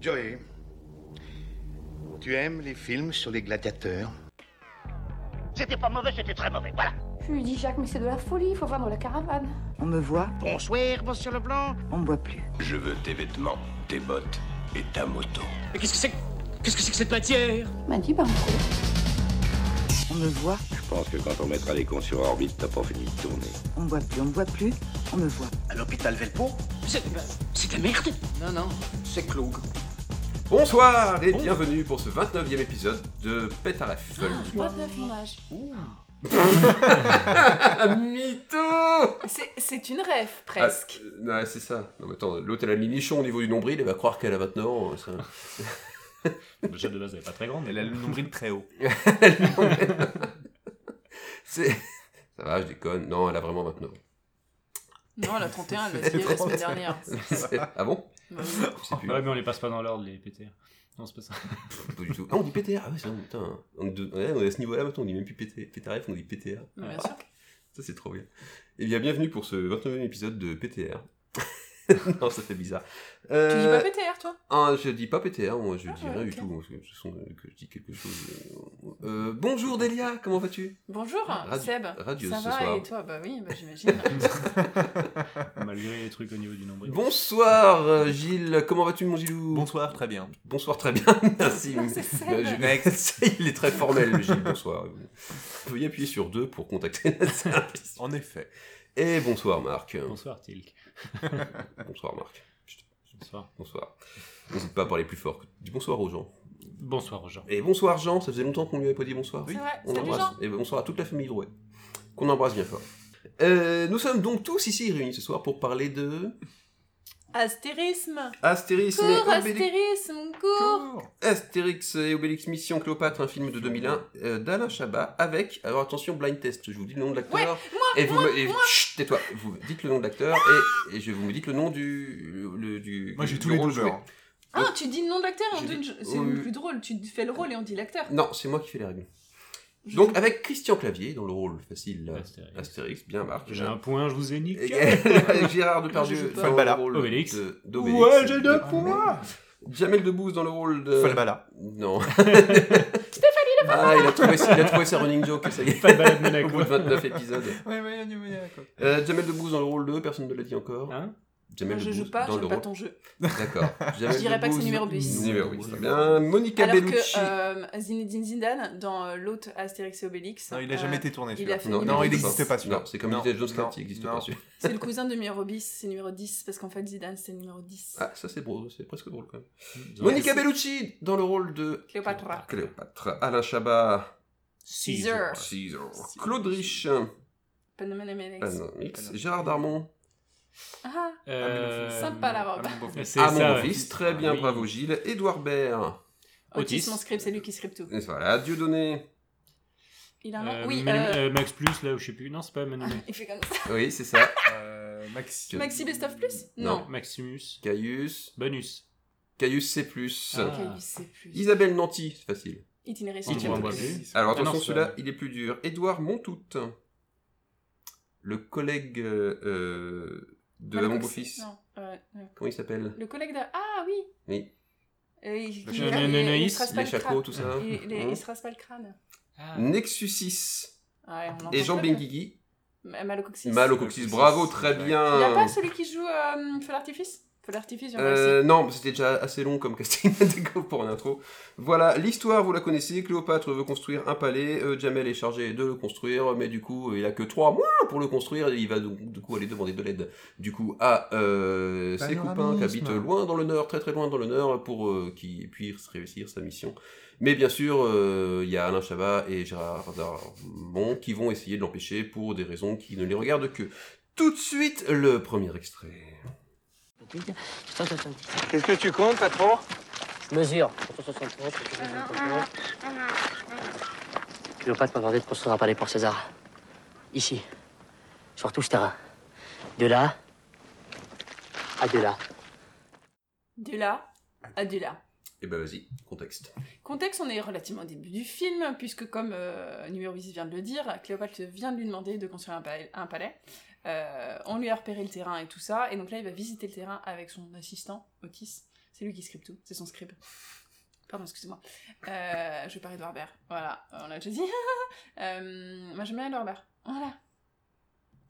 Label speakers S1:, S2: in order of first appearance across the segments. S1: Joey, tu aimes les films sur les gladiateurs
S2: C'était pas mauvais, c'était très mauvais, voilà.
S3: Je lui dis, Jacques, mais c'est de la folie, il faut vendre la caravane.
S4: On me voit,
S2: Bonsoir, monsieur Leblanc.
S4: on me voit plus.
S5: Je veux tes vêtements, tes bottes et ta moto.
S6: Mais qu'est-ce que c'est que- Qu'est-ce que c'est que cette matière
S3: Il m'a dit, bah, on
S4: On me voit,
S5: Je pense que quand on mettra les cons sur orbite, t'as pas fini de tourner.
S4: on me voit plus, on me voit plus, on me voit.
S2: À l'hôpital Velpo
S6: C'est bah, c'est de la merde Non, non, c'est Cloug.
S7: Bonsoir et bienvenue pour ce 29e épisode de Pète à la Folle. Ah, mytho
S8: C'est- C'est une rêve,
S7: Ah,
S8: presque.
S7: euh, ouais, c'est ça. Non, mais attends, l'autre elle a mis nichon au niveau du nombril, elle va croire qu'elle a 29 ans. ça.
S9: Déjà de base, elle est pas très grande, mais elle a le nombril très haut.
S7: C'est... Ça va, je déconne. Non, elle a vraiment 29 ans.
S8: Non, la 31, elle l'a signé la semaine dernière.
S7: C'est- Ah bon
S8: Bah oui.
S7: Je sais plus.
S9: Ah Ouais, mais on les passe pas dans l'ordre, les PTR. Non, c'est pas ça.
S7: Pas du tout. Ah, on dit PTA. Ah ouais, c'est vrai, putain. On, de- ouais, on est à ce niveau-là maintenant, on dit même plus PT, PTRF, on dit PTA.
S8: Mais Bien sûr.
S7: Ça, c'est trop bien. Eh bien, bienvenue pour ce 29e épisode de PTR. non, ça fait bizarre.
S8: Tu
S7: Euh,
S8: dis pas PTR, toi
S7: Ah, je dis pas PTR, moi je
S8: Ah,
S7: dis rien du
S8: ok.
S7: tout, moi, parce que de toute façon, euh, que je dis quelque chose. euh, euh, bonjour Delia, comment vas-tu
S8: Bonjour,
S7: Radio-
S8: Seb.
S7: radio
S8: ça
S7: ce
S8: va
S7: soir.
S8: et toi Bah oui, bah j'imagine.
S9: Malgré les trucs au niveau du nombril.
S7: Bonsoir euh, Gilles, comment vas-tu mon Gilou
S9: Bonsoir, très bien.
S7: Bonsoir, très bien, merci.
S8: Ah, C'est Seb.
S7: Euh, je- Il est très formel le Gilles, bonsoir. Veuillez appuyer sur 2 pour contacter notre service.
S10: En effet.
S7: Et bonsoir Marc.
S9: Bonsoir, Tilk.
S7: Bonsoir Marc.
S9: Bonsoir.
S7: Bonsoir. N'hésite pas à parler plus fort. Dis bonsoir aux gens.
S9: Bonsoir aux gens.
S7: Et bonsoir Jean, ça faisait longtemps qu'on lui avait pas dit bonsoir.
S8: C'est vrai,
S7: On
S8: salut
S7: l'embrasse.
S8: Jean.
S7: Et ben, bonsoir à toute la famille Drouet. Qu'on embrasse bien fort. Euh, nous sommes donc tous ici réunis ce soir pour parler de.
S8: Astérisme
S7: Astérix, mais
S8: Cours,
S7: Obélix-
S8: astérisme, cours
S7: Astérix et Obélix Mission Cléopâtre, un film de 2001 euh, d'Alain Chabat avec. Alors attention, blind test, je vous dis le nom de l'acteur.
S8: Ouais,
S7: et vous me. et- Chut, tais-toi, vous me dites le nom de l'acteur et, et je vous me dites le nom du. le- du
S10: Moi j'ai
S7: du
S10: tous les
S7: rôle
S10: deux
S7: joué.
S10: joueurs.
S8: Ah, tu dis le nom de l'acteur et on
S7: Je
S8: dit-
S7: dis-
S8: c'est
S7: oh, oui.
S8: le plus drôle. Tu fais le rôle et on dit l'acteur.
S7: Non, c'est moi qui fais les règles.
S8: Je-
S7: Donc ah, avec Christian Clavier dans le rôle facile euh,
S9: Astérix.
S7: Astérix, bien Marc.
S9: J'ai un point, je vous ai niqué.
S7: Et- avec Gérard Depardieu dans
S10: Falbala.
S7: le rôle
S9: Obélix.
S7: de- d'Obélix.
S10: deux points
S7: Jamel Debbouze dans le rôle de...
S10: Euh, Falbala.
S7: Non. Stéphanie Ah, il a, trouvé, il a trouvé sa running joke, ça y est.
S9: Pas de balade
S7: Au bout de
S9: Monaco.
S7: 29 épisodes.
S10: Ouais, ouais, ouais, ouais, quoi.
S7: Euh, Jamel Debbouze dans le rôle de... Personne ne l'a dit encore.
S9: Hein
S8: Moi,
S7: Jamel
S8: Ah. je
S7: Debbouze
S8: joue pas,
S7: dans le
S8: j'aime pas
S7: rôle...
S8: ton jeu.
S7: D'accord. Jamel
S8: Je dirais pas que c'est
S7: Debbouze-
S8: numéro dix.
S7: Numéro 10, très bien. Monica
S8: Alors
S7: Bellucci.
S8: que euh, Zinedine Zidane, dans euh, l'autre Astérix et Obélix,
S10: Non, il a jamais
S8: euh,
S10: été tourné
S8: il
S10: celui-là.
S8: a fait-
S10: Non, il
S7: n'existe
S10: n'existe pas celui-là.
S7: Non, c'est comme
S10: Non,
S7: Indiana Jones
S10: non,
S7: 4, il n'existe
S10: non.
S7: pas celui
S8: c'est le cousin de numéro 10, c'est numéro 10, parce qu'en fait Zidane c'était le numéro 10.
S7: Ah, ça c'est drôle, c'est presque drôle quand même.
S9: Bonsoir.
S7: Monica Bellucci dans le rôle de...
S8: Cléopatra.
S7: Cléopâtre. Alain Chabat.
S8: Caesar.
S7: Caesar. Claude Rich.
S8: Panoménémenex.
S7: Ah non, mix. Gérard Darmon.
S8: Ah,
S9: Euh,
S8: Sympa, la robe.
S9: C'est
S7: Ah,
S9: ça.
S7: mon
S9: ouais.
S7: fils, très bien,
S9: Ah Oui.
S7: bravo Gilles. Édouard Baird.
S8: Otis,
S9: Otis.
S8: mon script, c'est lui qui script tout.
S7: Et Voilà, Dieudonné.
S8: Il a un nom
S9: Euh,
S8: Oui,
S9: Manu-
S8: euh,
S9: euh, Max Plus, là, où je sais plus. Non, c'est pas Manu.
S8: il fait comme ça.
S7: Oui, c'est ça.
S10: Euh, Maxi.
S8: Maxi Best of Plus
S7: Non.
S8: Non.
S9: Maximus.
S7: Caius.
S9: Bonus.
S7: Caius C. plus.
S9: Ah.
S8: Ok, il sait plus.
S7: Isabelle Nanty, c'est facile.
S8: Itinéré sur
S9: On
S8: le
S9: voit
S8: plateau.
S9: pas plus.
S7: Alors
S9: Ah non,
S7: attention,
S9: c'est-
S7: celui-là, il est plus dur. Édouard Montout. Le collègue euh, euh, de
S8: Malcox-
S7: mon beau-fils.
S8: non, euh, euh,
S7: Comment il s'appelle
S8: Le collègue de. Ah oui
S7: Oui.
S8: Euh, il,
S9: Le chien de
S8: il
S9: Anaïs,
S8: se rase pas
S7: Les
S8: le crâne.
S7: chacos, tout ça.
S8: Il, il-
S7: Hein
S8: il se rase pas le crâne.
S9: Ah.
S7: Nexus 6.
S8: Ouais, on
S7: Et Jean
S8: Benguigui.
S7: Benguigui.
S8: Malocoxis.
S7: Mal au coccyx, bravo, très
S8: Il n'y a
S7: bien.
S8: pas celui qui joue euh, Feu l'artifice Feu l'artifice, il y en a
S7: Euh, non, c'était déjà assez long comme casting déco pour une intro. Voilà, l'histoire, vous la connaissez, Cléopâtre veut construire un palais, euh, Jamel est chargé de le construire, mais du coup, euh, il a que trois mois pour le construire, et il va donc du coup aller demander de l'aide, du coup, à euh, ses
S10: Panoramisme.
S7: copains qui habitent loin dans le nord, très très loin dans le nord, pour euh, qu'il puisse réussir sa mission. Mais bien sûr, euh, il y a Alain Chabat et Gérard Darmon qui vont essayer de l'empêcher pour des raisons qui ne les regardent que. Tout de suite, le premier extrait.
S10: Qu'est-ce que tu comptes, patron
S2: Mesure 163, 163. Cléopâtre m'a demandé de construire un palais pour César. Ici. Sur tout ce terrain. De là. à de là.
S8: De là à de là.
S7: Eh ben vas-y, contexte.
S8: Contexte, on est relativement au début du film, puisque comme euh, numéro 10 vient de le dire, Cléopâtre vient de lui demander de construire un palais. un palais. Euh, on lui a repéré le terrain et tout ça, et donc là, il va visiter le terrain avec son assistant, Otis. C'est lui qui scribe tout, c'est son scribe. Pardon, excusez-moi. Euh, je vais parler de Warber. Voilà, on l'a déjà dit. euh, moi, j'aime bien Warber. Voilà.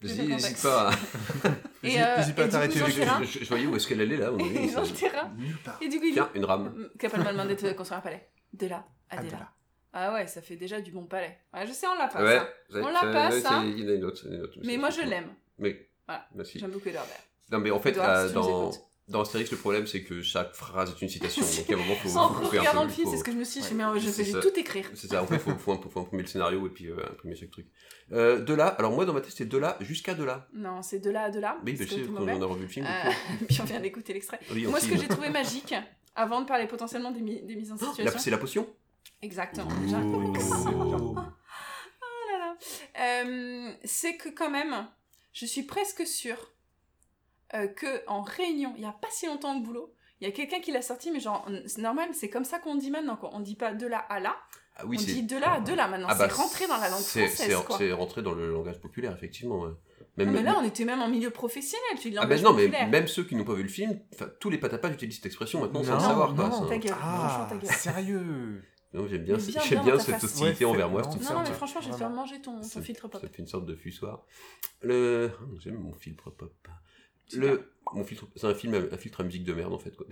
S8: Plus de
S7: Vas-y, n'hésite
S8: contexte.
S7: pas.
S8: Et, euh,
S10: n'hésite pas à
S8: et
S10: t'arrêter,
S8: du coup, ils ont le
S10: les gars.
S8: terrain.
S7: Je, je voyais où est-ce qu'elle allait là. oui,
S8: Ils
S7: ça-
S8: ont le terrain.
S10: Nulle part.
S8: Et du coup, il dit
S7: Tiens, une rame.
S8: Capone m'a demandé de construire un palais. De là
S10: Ah,
S8: à de
S10: t'es
S8: là.
S10: là.
S8: Ah ouais, ça fait déjà du bon palais. Ouais, je sais, on l'a pas.
S7: Ouais,
S8: ça.
S7: ça-
S8: On l'a
S7: ça-
S8: pas,
S7: ouais,
S8: ça.
S7: c'est- Il y en a une autre. il y en a une autre,
S8: Mais
S7: c'est-
S8: moi, je l'aime.
S7: Mais,
S8: Voilà.
S7: merci.
S8: J'aime beaucoup Edouard Baird.
S7: Non, mais en fait,
S8: Edouard,
S7: là,
S8: si tu nous
S7: dans,
S8: écoutes.
S7: dans Astérix, le problème, c'est que chaque phrase est une citation. donc, à un moment, faut,
S8: Sans
S7: faut
S8: en
S7: couper un peu
S8: regardant
S7: le-
S8: le film,
S7: faut-
S8: c'est ce que je me suis dit.
S7: Ouais,
S8: mais euh, je
S7: c'est
S8: vais
S7: ça.
S8: tout écrire.
S7: C'est ça, en fait, faut, faut, imp- faut imprimer le scénario et puis euh, imprimer chaque truc. Euh, de là, alors moi, dans ma tête, c'est de là jusqu'à de là.
S8: Non, c'est de là à de là.
S7: Mais bah, je
S8: parce Ah, que
S7: sais,
S8: tout
S7: quand
S8: le
S7: on
S8: monde
S7: a revu le film.
S8: aime.
S7: du
S8: Euh,
S7: coup,
S8: Puis on vient d'écouter l'extrait.
S7: oui, on
S8: Moi, ce que
S7: filme.
S8: j'ai trouvé magique, avant de parler potentiellement des, mi- des mises en
S7: La-
S8: situation.
S7: C'est la potion
S8: Exactement. J'ai un complexe. Oh là là. Euh, c'est que quand même, je suis presque sûre euh, que en réunion, il y a pas si longtemps au boulot, il y a quelqu'un qui l'a sorti, mais genre, on- c'est normal, c'est comme ça qu'on dit maintenant, quoi. On dit pas de là à là,
S7: Ah oui,
S8: on
S7: c'est-
S8: dit de là à de là maintenant.
S7: Ah bah,
S8: c'est rentré dans la langue
S7: c'est-
S8: française,
S7: c'est-
S8: quoi.
S7: C'est rentré dans le langage populaire, effectivement. ouais.
S8: Ah,
S7: Même,
S8: mais là, on était même en milieu professionnel, tu dis
S7: ah ben
S8: langage
S7: non, mais
S8: populaire.
S7: même ceux qui n'ont pas vu le film, enfin, tous les patapas utilisent cette expression maintenant sans le
S10: Non,
S7: savoir. quoi,
S10: non.
S7: ça.
S8: Ta gueule,
S10: Ah,
S8: franchement, ta gueule.
S10: sérieux
S7: Non, j'aime bien,
S8: Mais
S7: ce-
S8: viens,
S7: j'aime
S8: viens
S7: bien
S8: dans ta
S7: cette
S8: face.
S7: hostilité
S10: Ouais,
S7: envers moi.
S10: fais-
S7: je trouve
S10: non,
S8: Non,
S7: ça
S8: non,
S7: un
S8: mais
S7: peu-
S8: franchement, je vais te
S10: Vraiment.
S8: faire manger ton, ton
S7: Ça-
S8: filtre pop.
S7: Ça fait une sorte de fussoir. Le... ah, J'aime mon filtre pop. Le... Mon filtre... C'est un, film, à- un filtre à musique de merde en fait. Quoi.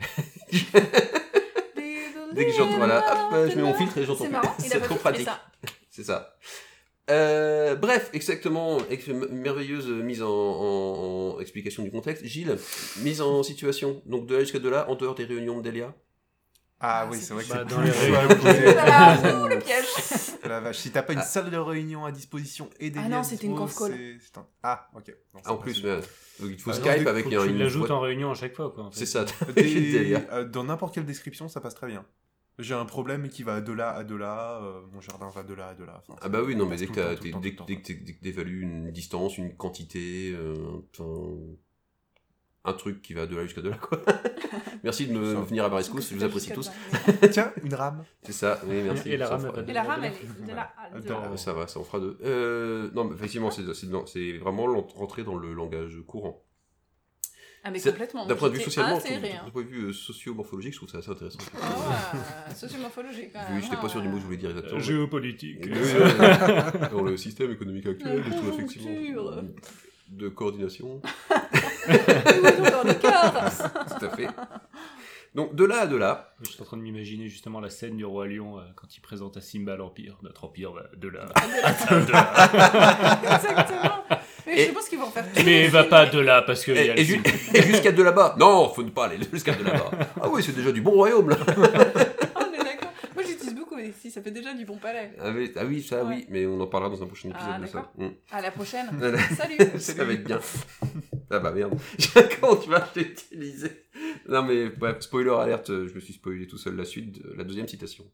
S7: Dès que j'entends voilà, hop, euh, je mets mon filtre et j'entends
S8: C'est
S7: plus.
S8: marrant, il a
S7: C'est
S8: pas
S7: trop
S8: fait
S7: pratique.
S8: ça.
S7: C'est ça. Euh, bref, exactement, ex- merveilleuse mise en, en- en explication du contexte. Gilles, mise en situation. Donc de là jusqu'à de là, en dehors des réunions de Delia.
S10: Ah oui, c'est vrai que
S9: Bah,
S10: c'est
S9: dans
S10: plus
S9: les
S10: chaud à
S9: réunions.
S10: côté.
S8: Voilà, ouh, le piège.
S10: La vache, si t'as pas une salle de réunion à disposition et des
S8: Ah non,
S10: liens à
S8: c'était une
S10: dispo,
S8: conf call.
S10: c'est- c'est un- Ah, ok. Non, c'est
S7: Ah, en
S10: pas
S7: plus,
S10: possible.
S7: euh, donc il te faut
S10: Ah,
S7: Skype
S10: donc,
S7: avec
S9: Faut
S7: un.
S9: que tu
S7: une
S9: l'ajoutes
S7: boîte-
S9: en réunion à chaque fois, quoi. en fait.
S7: C'est ça,
S10: Des-
S7: Delia.
S10: euh, dans n'importe quelle description, ça passe très bien. J'ai un problème qui va de là à de là, euh, mon jardin va de là à de là. Enfin,
S7: Ah bah oui, non, mais dès que
S10: tout le
S7: t'as-
S10: temps, tout le temps,
S7: dès
S10: tout
S7: que
S10: le
S7: dès que
S10: temps.
S7: t'é- dès que t'évalues une distance, une quantité, euh, enfin, un truc qui va de là jusqu'à de là, quoi. merci de me
S10: Ça.
S7: venir à ma
S8: Donc,
S7: rescousse, je vous
S8: c'était
S7: apprécie tous.
S8: jusqu'à demain.
S10: Tiens, une rame.
S7: C'est ça, oui, merci.
S9: Et la
S7: ça
S9: rame,
S7: fera-
S9: elle va
S8: Et
S9: bien.
S8: la rame, elle est de là à de là.
S10: Attends.
S7: Ah, Ça va, ça en fera deux. Euh, non, mais effectivement, c'est c'est- non, c'est vraiment l'en- rentrer dans le langage courant.
S8: Ah, mais
S7: C'est-
S8: complètement.
S7: D'un point de vue
S8: j'étais
S7: socialement, je trouve-
S8: insérée,
S7: d'un
S8: hein.
S7: point de vue euh, socio-morphologique, je trouve ça assez intéressant.
S8: Ah ouais, sociomorphologique, quand même.
S7: Oui, j'étais pas sûr du mot que je voulais dire
S9: Euh,
S7: exactement.
S9: Géopolitique.
S7: Et le- dans le système économique
S8: La
S7: actuel, et tout, effectivement,
S8: conjoncture.
S7: de coordination.
S8: Dans le cœur.
S7: Tout à fait. Donc de là à de là,
S9: Je suis en train de m'imaginer justement la scène du roi lion euh, quand il présente à Simba l'empire, notre empire va de là.
S8: Ah, Exactement. Mais
S7: Et-
S8: je pense qu'ils vont refaire tout.
S9: Mais
S8: le
S9: va
S8: film.
S9: pas de là parce que il y
S7: et,
S9: a le
S7: Eh, et ju-
S9: film.
S7: et jusqu'à de là-bas. Non, faut ne pas aller jusqu'à de là-bas. Ah oui, c'est déjà du bon royaume là.
S8: Ah, on est d'accord. Moi, j'utilise beaucoup ici, ça fait déjà du bon palais.
S7: Ah oui, ah oui, ça
S8: Ouais.
S7: oui, mais on en parlera dans un prochain épisode
S8: Ah,
S7: de ça.
S8: d'accord.
S7: Mm.
S8: À la prochaine. Salut.
S7: ça va être bien. Ah bah merde. Quand tu vas l'utiliser. Non mais bref, spoiler alerte, euh, je me suis spoilé tout seul la suite, de la deuxième citation.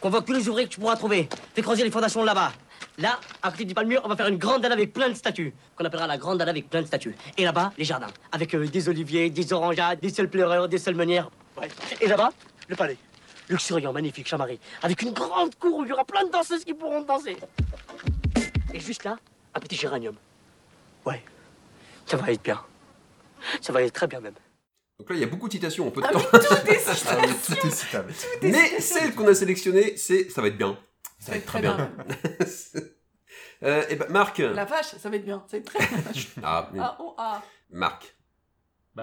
S2: Convoque tous les ouvriers que tu pourras trouver. Fais creuser les fondations là-bas. Là, à côté du palmier, on va faire une grande dalle avec plein de statues. Qu'on appellera la grande dalle avec plein de statues. Et là-bas, les jardins. Avec euh, des oliviers, des orangeades, des seuls pleureurs, des seules meunières. Ouais. Et là-bas, le palais. Luxuriant, magnifique, chamarré. Avec une grande cour où il y aura plein de danseuses qui pourront danser. Et juste là, un petit géranium. Ouais. Ça va être bien. Ça va être très bien même.
S7: Donc là, il y a beaucoup de citations en peu de
S8: Ah,
S7: temps.
S8: mais tout est ça
S10: Ah oui, tout est citable.
S7: Mais celle qu'on a sélectionnée, c'est ça va être bien.
S8: va être très bien.
S7: Euh, et ben Marc.
S8: La vache, ça va être bien. Ça va être très bien.
S7: Ah, oui.
S8: Ah, oh, ah.
S7: Marc.
S9: Bah,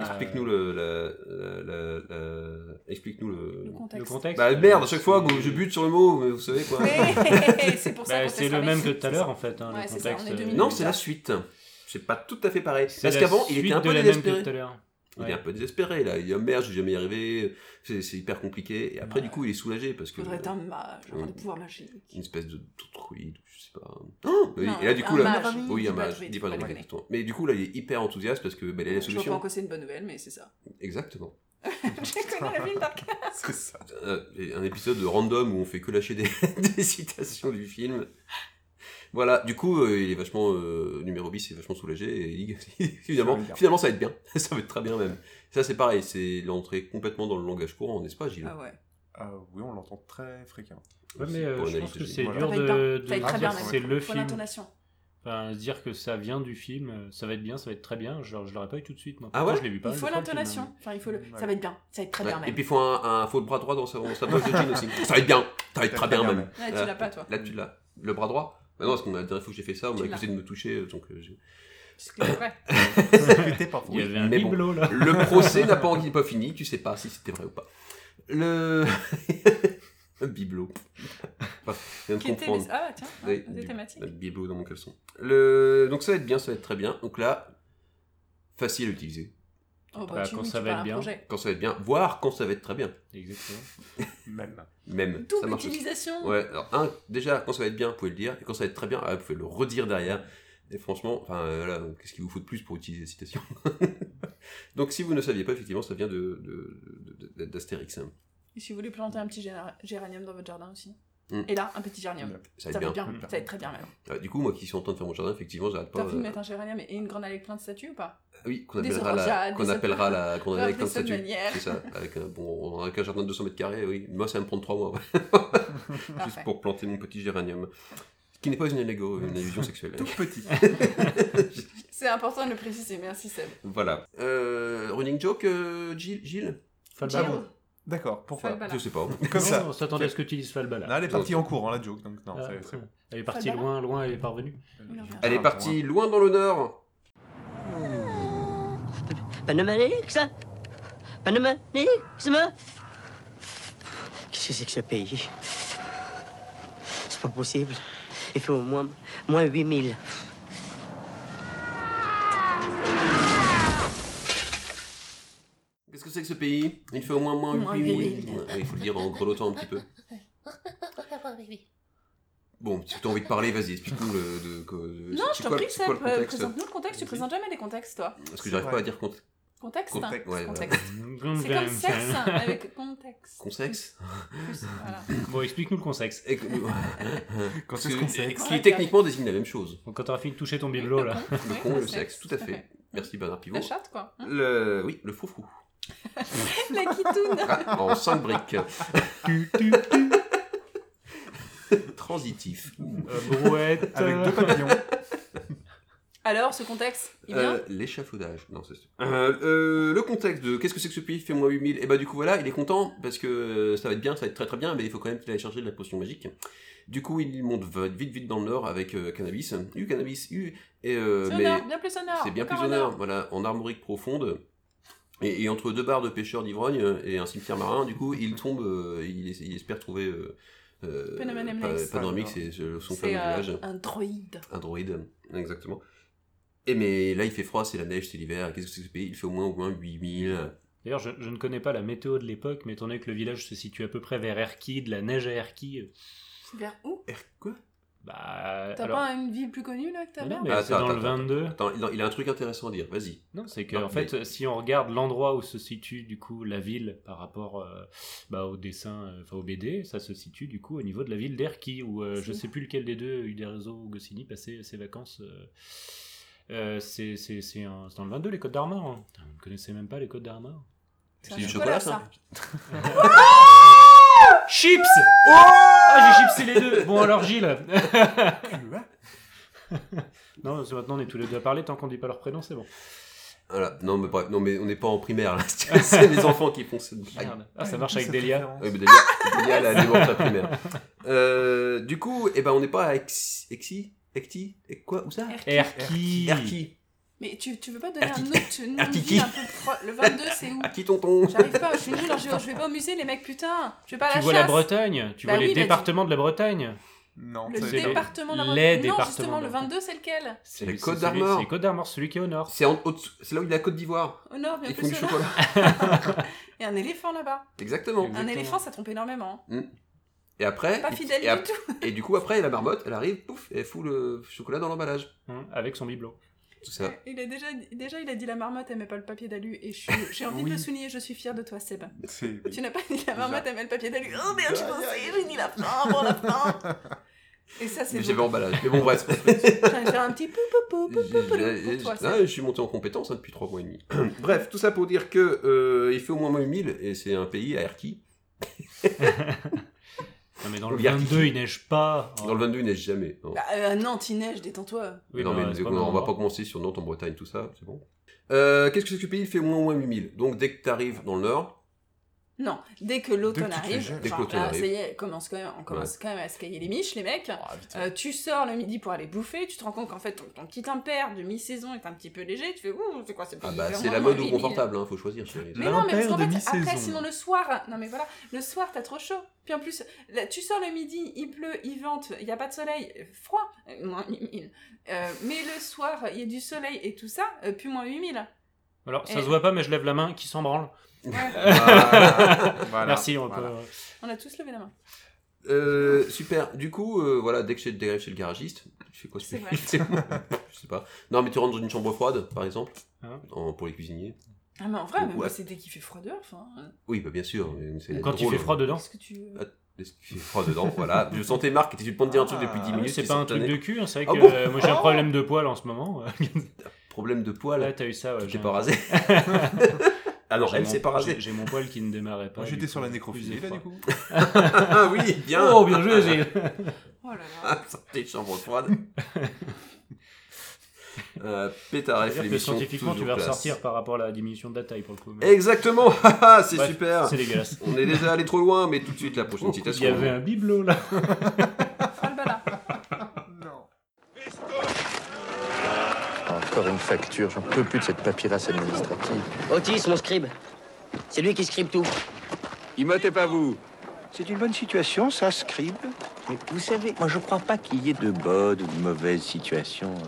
S7: Explique-nous le, la- la- la- la- Explique-nous
S8: Le
S7: le.
S9: le
S8: contexte.
S9: contexte.
S7: Bah merde, à chaque fois
S9: C'est-
S7: que je bute sur le mot, mais vous savez quoi.
S8: Mais c'est pour ça
S9: Bah,
S8: qu'on
S9: c'est
S8: teste
S9: le
S8: avec
S9: même
S8: vous.
S9: que tout à l'heure en fait. hein,
S8: Ouais,
S9: le
S8: c'est ça, on est
S9: contexte,
S8: deux
S9: euh,
S8: minutes.
S7: Non, c'est la suite. C'est pas tout à fait pareil.
S9: c'est
S7: Parce
S9: la
S7: qu'avant, il
S9: suite
S7: était un
S9: de
S7: peu
S9: la même que
S7: désespéré. Eh
S9: tout à l'heure.
S7: Il
S9: Ouais.
S7: est un peu désespéré là. Il dit ah, merde, je vais jamais y arriver. C'est c'est hyper compliqué. Et après, du coup, il est soulagé parce que.
S8: Il faudrait être un mage, avoir
S7: Mm.
S8: des pouvoirs magiques.
S7: Une espèce de truide, je sais pas. Oh Oui,
S8: Non,
S7: et là, du coup,
S8: un
S7: là.
S8: mage.
S7: Oui, un
S8: Dis pas
S7: mage.
S8: druide,
S7: Dis
S8: faut
S7: pas
S8: pas
S7: druide,
S8: déconner.
S7: exactement. Mais du coup, là, il est hyper enthousiaste parce que bah, il
S8: Je
S7: a la
S8: vois pas
S7: solution.
S8: en quoi c'est une bonne nouvelle, mais c'est ça.
S7: Exactement.
S8: Je connais la ville par cœur.
S10: C'est ça.
S7: Euh, et un épisode random où on fait que lâcher des, des citations du film. Voilà, du coup, euh, il est vachement. euh, numéro 10 est vachement soulagé et il- finalement,
S10: Super.
S7: finalement, ça va être bien. ça va être très bien même. Ça, c'est pareil, c'est l'entrée complètement dans le langage courant, n'est-ce pas, Gilles
S8: Ah ouais.
S10: Ah oui, on l'entend très fréquemment.
S9: Ouais, mais euh,
S7: Pour
S9: je
S7: analyse
S9: pense
S7: de
S9: que
S7: Gilles.
S9: c'est
S10: Voilà.
S9: dur
S8: Ça va
S9: de,
S8: être bien. Ça va
S9: de
S8: être
S9: dire
S8: très bien,
S9: que c'est
S8: mec.
S9: le
S8: Faut
S9: film.
S8: l'intonation.
S9: Enfin, se dire que ça vient du film, euh, ça va être bien, ça va être très bien, je, je l'aurais pas eu tout de suite. Moi.
S7: Ah
S9: Pourtant,
S7: ouais
S9: je l'ai vu pas.
S8: Il
S9: je
S8: faut
S9: crois, le
S8: l'intonation.
S9: film,
S8: Enfin, il faut le.
S10: Ouais.
S8: Ça va être bien. Ça va être très bien
S7: Ouais, Et
S8: même.
S7: puis il faut un, un faux bras droit dans sa, sa poche de jean aussi. Ça va être bien, ça va être très bien même.
S8: Ouais, tu
S7: Là,
S8: l'as pas toi.
S7: Là, tu l'as. Le bras droit Bah non, parce qu'on a la dernière fois que j'ai fait ça, on m'a
S8: Tu l'as.
S7: accusé de me toucher, euh, donc euh, j'ai-
S8: Parce que c'est vrai.
S10: Discuté par
S9: euh, Il y
S7: Oui,
S9: avait un
S7: mais bon.
S9: bibelot là.
S7: Le procès n'a pas, encore- pas fini, tu sais pas si c'était vrai ou pas. Le. un bibelot. Enfin, je viens de
S8: Qui étaient
S7: comprendre.
S8: les. Ah, tiens, hein,
S7: Oui,
S8: des
S7: du-
S8: thématiques.
S7: un bibelot dans mon caleçon. Le... Donc ça va être bien, ça va être très bien. Donc là, facile à utiliser.
S8: Oh,
S9: Bah,
S8: bah, tu
S9: quand
S8: oui,
S9: ça
S8: tu parles
S9: va être
S8: un
S9: bien.
S8: projet.
S7: Quand ça va être bien, voire quand ça va être très bien.
S9: Exactement.
S10: Même.
S7: Même. ça
S8: Double
S7: marche aussi.
S8: utilisation.
S7: Ouais, alors un, déjà, quand ça va être bien, vous pouvez le dire, et quand ça va être très bien, ah, vous pouvez le redire derrière. Et franchement, enfin, euh, là, qu'est-ce qu'il vous faut de plus pour utiliser la citation Donc, si vous ne saviez pas, effectivement, ça vient d'Astérix. De, de, de- d'Astérix, hein.
S8: Et si vous voulez planter un petit géra- géranium dans votre jardin aussi.
S7: Mm.
S8: Et là, un petit géranium.
S7: Ça
S8: Ça
S7: va
S8: va
S7: être Eh bien.
S8: être bien.
S9: Mm.
S8: Ça va être très bien même.
S7: Ah, du coup, moi qui suis en train de faire mon jardin, effectivement, j'arrête
S8: T'as
S7: pas.
S8: envie de
S7: euh,
S8: mettre un géranium et une grande allée avec plein de statues ou pas
S7: ah oui, qu'on
S8: des
S7: appellera la.
S8: orgeades,
S7: Qu'on
S8: des
S7: appellera la. Qu'on
S8: Grave,
S7: avec plein
S8: des
S7: de statues.
S8: saumonières.
S7: C'est ça, avec un, bon, avec un jardin de 200 mètres carrés, oui. Moi, ça va me prendre 3 mois, ouais, juste
S8: Parfait.
S7: pour planter mon petit géranium. Ce qui n'est pas une allégo, une allusion sexuelle.
S10: Tout petit.
S8: C'est important de le préciser. Merci Seb.
S7: voilà. Euh, running joke, euh, Gilles, Gilles
S9: Falbala.
S8: Gilles.
S10: Bah D'accord, pourquoi
S8: Falbala.
S7: Je sais pas.
S10: Comme
S9: Non,
S10: ça.
S9: On s'attendait à ce que tu dises Falbala.
S10: Là, elle est partie en cours, hein, la joke. Donc, non,
S9: Ah,
S10: c'est- c'est-
S9: Elle est partie
S8: Falbala
S9: loin, loin, elle est parvenue.
S7: Elle est partie loin dans le nord.
S2: Panamanix Panamanix me- Qu'est-ce que c'est que ce pays C'est pas possible. Il fait au moins, moins 8000.
S7: Qu'est-ce que c'est que ce pays Il fait au moins moins
S8: Moins
S7: 8000.
S8: huit mille.
S7: Ouais, Il faut le dire en grelottant un petit peu. Bon, si t'as envie de parler, vas-y, explique-nous le. de- que-
S8: Non,
S7: c'est
S8: je t'en
S7: quoi-
S8: prie,
S7: c'est
S8: Seb,
S7: quoi le
S8: euh,
S7: contexte
S8: présente-nous le contexte. Tu
S7: Vas-y.
S8: présentes jamais des contextes, toi.
S7: Parce que j'arrive
S10: Ouais.
S7: pas à dire cont-
S8: Contexte.
S10: Contexte,
S8: hein.
S7: ouais,
S8: Contexte. C'est comme sexe hein, avec contexte.
S7: Consex
S8: Plus, voilà.
S9: Bon, explique-nous le contexte.
S7: Et que- Parce
S10: est-ce
S7: que-
S10: qu'on sait
S7: Qui techniquement désigne la même chose.
S9: Donc, quand t'auras fini de toucher ton bibelot Oh là.
S7: Le
S8: Oui,
S7: con et le sexe, tout à fait. Merci Bernard Pivot.
S8: La chatte, quoi. hein.
S7: Le. Oui, le foufou.
S8: La kitoune.
S7: Ah, en 5 briques. Transitif.
S9: Euh, brouette.
S10: Avec
S9: euh,
S10: deux papillons.
S8: Alors, ce contexte, il vient
S7: Euh, L'échafaudage. Non, c'est Euh, euh, le contexte de qu'est-ce que c'est que ce pays fait moins 8000 Et bah du coup voilà, il est content parce que euh, ça va être bien, ça va être très très bien, mais il faut quand même qu'il aille chercher de la potion magique. Du coup, il monte v- vite vite dans le nord avec euh, cannabis, eu cannabis, eu et euh, mais
S8: sonore, bien plus sonore.
S7: c'est bien
S8: encore
S7: plus
S8: un
S7: honneur,
S8: or.
S7: voilà, en armorique profonde. Et, et entre deux barres de pêcheurs d'ivrognes et un cimetière marin, du coup, il tombe, euh, il, es- il espère trouver. Euh, euh,
S8: Penomen
S7: Pa-
S8: Emlex.
S7: Panormix, c'est euh, son fameux
S8: C'est euh,
S7: village.
S8: un droïde.
S7: Un droïde, exactement. Et mais là, il fait froid, c'est la neige, c'est l'hiver. Qu'est-ce que c'est que ce pays Il fait au moins, au moins 8000.
S9: D'ailleurs, je, je ne connais pas la météo de l'époque, mais étant donné que le village se situe à peu près vers Erki, de la neige à Erki, euh,
S8: Vers où
S7: Quoi
S9: bah.
S8: T'as
S9: alors-
S8: pas une ville plus connue, là, que ta
S9: Mais
S8: mère
S9: non, mais
S7: Attends,
S9: c'est dans
S7: attends,
S9: le
S7: attends,
S9: 22.
S7: Attends, il a, il a un truc intéressant à dire, vas-y.
S9: Non, c'est que
S7: Non,
S9: en fait, si on regarde l'endroit où se situe du coup la ville par rapport euh, bah, au dessin, euh, enfin au BD, ça se situe du coup au niveau de la ville d'Erki, où euh, je
S8: Si.
S9: sais plus lequel des deux, Uderzo ou Goscinny, passait ses vacances. euh, euh, c'est c'est- c'est un- c'est dans le 22, les Côtes d'Armor. hein. Putain, Vous ne connaissez même pas les Côtes d'Armor
S8: C'est
S7: du
S8: un
S7: chocolat,
S8: chocolat,
S7: ça
S8: ça.
S9: Chips Ah, j'ai chipsé les deux Bon, alors Gilles Non, c'est maintenant on est tous les deux à parler, tant qu'on dit pas leur prénom, c'est bon.
S7: Voilà. Non, mais bref, non, mais on n'est pas en primaire là. c'est les enfants qui font cette blague.
S9: Ah. Merde. Ah, ça marche avec Delia.
S7: Oui, mais Delia, Delia, elle a démontré la primaire. Euh, du coup, eh ben, on n'est pas à Ex- Exi Ecti Et quoi Où ça
S9: Erki
S7: Erki.
S8: Mais tu, tu veux pas donner un
S7: Arti-
S8: autre nom de
S7: Artiki.
S8: ville un peu pro- Le 22, c'est où
S7: Erki tonton
S8: J'arrive pas, je suis nulle en géo, je vais pas au musée, les mecs, putain. Je vais pas à la
S9: Tu vois la
S8: chasse.
S9: Bretagne Tu
S8: Bah
S9: vois
S8: oui,
S9: les
S8: bah,
S9: départements de la Bretagne
S10: Non,
S8: Le
S10: ça-
S9: C'est
S8: département de la
S9: les
S8: Bretagne. Non,
S9: départements
S8: justement,
S9: de
S8: le
S9: la
S8: 22, c'est lequel
S9: C'est
S7: les
S9: lui-
S7: Côtes
S9: c'est celui-
S7: d'Armor.
S9: C'est les Côtes d'Armor, celui qui est au nord.
S7: C'est en haut de- c'est là où il y a la Côte d'Ivoire.
S8: Au nord, bien
S7: Ils font
S8: plus
S7: du
S8: au nord.
S7: chocolat.
S8: Il y a un éléphant là-bas.
S7: Exactement.
S8: Un
S9: Exactement.
S8: éléphant, ça trompe énormément.
S7: Et après,
S8: Pas
S7: il-
S8: fidèle
S7: et, ap-
S8: du tout.
S7: et du coup, après, la marmotte, elle arrive, pouf, et elle fout le chocolat dans l'emballage.
S9: Hein, avec son bibelot.
S7: Tout ça.
S8: Il a déjà, déjà, il a dit la marmotte aimait pas le papier d'alu et je suis- j'ai envie de le souligner, je suis fière de toi Seb.
S10: c'est-
S8: Tu n'as pas dit la marmotte aimait le papier d'alu. Oh merde, j'ai pensé, j'ai dit la fin, bon la fin. Et ça c'est
S7: Mais j'avais
S8: bon.
S7: emballage. Mais bon, bref.
S8: J'ai j'ai un petit pou pou pou pou pou pou
S7: J'ai-
S8: pour
S7: j'ai-
S8: toi
S7: ah,
S8: Seb.
S7: je suis monté en compétence hein, depuis 3 mois et demi. Bref, tout ça pour dire que euh, il fait au moins moins 1000 et c'est un pays à Erki.
S9: Non, mais dans le
S7: Il y a-
S9: 22, il neige pas.
S7: Dans le 22, il neige jamais. non.
S8: Bah, euh, Nantes, il neige, détends-toi.
S9: Ah, Oui,
S7: non,
S9: bah,
S7: mais
S9: c'est pas
S7: on va
S9: normal.
S7: pas commencer sur Nantes, en Bretagne, tout ça, c'est bon. Euh, Qu'est-ce que c'est que ce pays Il fait moins moins 8000. Donc dès que t'arrives dans le nord,
S8: Non, dès que
S10: Dès
S8: l'automne
S10: que tu te
S8: arrive,
S10: gèles.
S7: Dès que
S8: genre,
S7: l'automne
S8: là,
S7: arrive.
S8: ça y est, commence quand même, on commence quand même à se cailler les miches, les mecs.
S10: Ah, vite.
S8: Euh, tu sors le midi pour aller bouffer, tu te rends compte qu'en fait ton, ton petit impair de mi-saison est un petit peu léger, tu fais ouh, c'est quoi c'est
S7: ah
S8: pas
S7: bah,
S8: vraiment
S7: c'est la mode ou
S8: mille-
S7: confortable, hein, faut choisir. chérie.
S8: Mais non, mais parce
S9: L'impair
S8: qu'en
S9: de
S8: fait, après,
S9: mi-saison.
S8: sinon le soir, non mais voilà, le soir t'as trop chaud. Puis en plus, là, tu sors le midi, il pleut, il vente, il y a pas de soleil, euh, froid, euh, moins 8000. Euh, mais le soir, il y a du soleil et tout ça, euh, plus moins 8000.
S9: Alors, ça
S8: Et-
S9: se voit pas, mais je lève la main, qui s'en branle
S7: Ah,
S10: Voilà,
S9: Merci, on
S10: voilà.
S9: peut.
S8: On a tous levé la main.
S7: Euh, super. Du coup, euh, voilà, dès que je dérive chez le garagiste, je fais quoi ce
S8: C'est
S7: pays Je sais pas. Non, mais tu rentres dans une chambre froide, par exemple,
S9: Hein
S7: en- pour les cuisiniers.
S8: Ah mais en vrai,
S7: Ou-
S8: même
S7: ou-
S8: pas, c'est dès qu'il fait froid dehors, enfin. euh,
S7: Oui, bah bien sûr. mais c'est
S9: Quand il
S7: drôle.
S9: fait froid dedans.
S8: Qu'est-ce que tu.
S7: Est-ce qu'il fait froid dedans Voilà. Je sentais Marc qui était sur le point de dire un truc depuis 10
S10: Ah
S9: Ah oui,
S7: minutes.
S9: c'est
S7: qui
S9: pas un truc
S7: s'entraînait.
S9: de cul, hein, c'est vrai
S7: Ah
S9: que
S7: bon
S9: euh, moi j'ai un problème de poil en ce moment.
S7: Problème de poil.
S9: Là, t'as eu ça, ouais.
S7: tu t'es
S9: j'ai
S7: pas
S9: un-
S7: rasé. ah non,
S9: j'ai
S7: elle
S9: mon-
S7: s'est pas rasée.
S9: j'ai- J'ai mon poil qui ne démarrait pas.
S10: Moi, J'étais
S9: du
S10: sur
S9: coup,
S10: la nécrophilie,
S9: plus de
S10: là, du
S9: froid.
S10: coup.
S7: Ah oui, bien.
S9: Oh, bien joué, Gilles.
S8: Oh là là.
S7: Ça, Des chambres froides. euh, pétaref,
S9: C'est-à-dire que
S7: l'émission
S9: scientifiquement, tu
S7: toujours
S9: vas
S7: classe.
S9: ressortir par rapport à la diminution de la taille pour le coup. mais-
S7: Exactement, haha, c'est
S9: Bref,
S7: super.
S9: C'est dégueulasse.
S7: On est déjà allé trop loin, mais tout de suite la prochaine
S9: Oh, Il
S7: citation.
S9: y avait un bibelot là.
S8: Ah, le bala.
S1: Encore une facture, j'en peux plus de cette papyrasse administrative.
S2: Otis, mon scribe. C'est lui qui scribe tout.
S5: Immotez pas vous
S1: C'est une bonne situation, ça, Scribe. Mais vous savez, moi, je crois pas qu'il y ait de bonnes ou de mauvaises situations. Moi,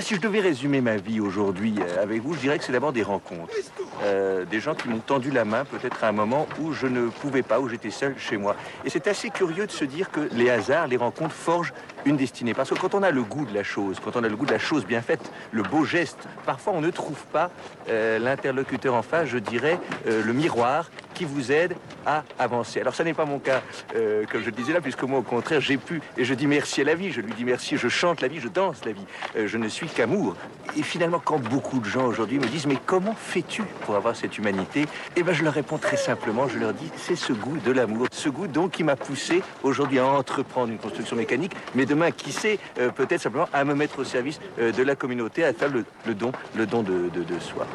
S1: Bah, si je devais résumer ma vie aujourd'hui euh, avec vous, je dirais que c'est d'abord des rencontres. Euh, des gens qui m'ont tendu la main, peut-être à un moment où je ne pouvais pas, où j'étais seul chez moi. Et c'est assez curieux de se dire que les hasards, les rencontres forgent une destinée. Parce que quand on a le goût de la chose, quand on a le goût de la chose bien faite, le beau geste, parfois on ne trouve pas euh, l'interlocuteur en face, je dirais euh, le miroir qui vous aide à avancer. Alors ça n'est pas mon cas, euh, comme je le disais là, puisque moi au contraire j'ai pu, et je dis merci à la vie, je lui dis merci, je chante la vie, je danse la vie, Euh, je ne suis qu'amour. Et finalement quand beaucoup de gens aujourd'hui me disent mais comment fais-tu pour avoir cette humanité Eh bien je leur réponds très simplement, je leur dis c'est ce goût de l'amour, ce goût donc qui m'a poussé aujourd'hui à entreprendre une construction mécanique, mais demain qui sait, euh, peut-être simplement à me mettre au service euh, de la communauté, à faire le, le don, le don de- de- de soi.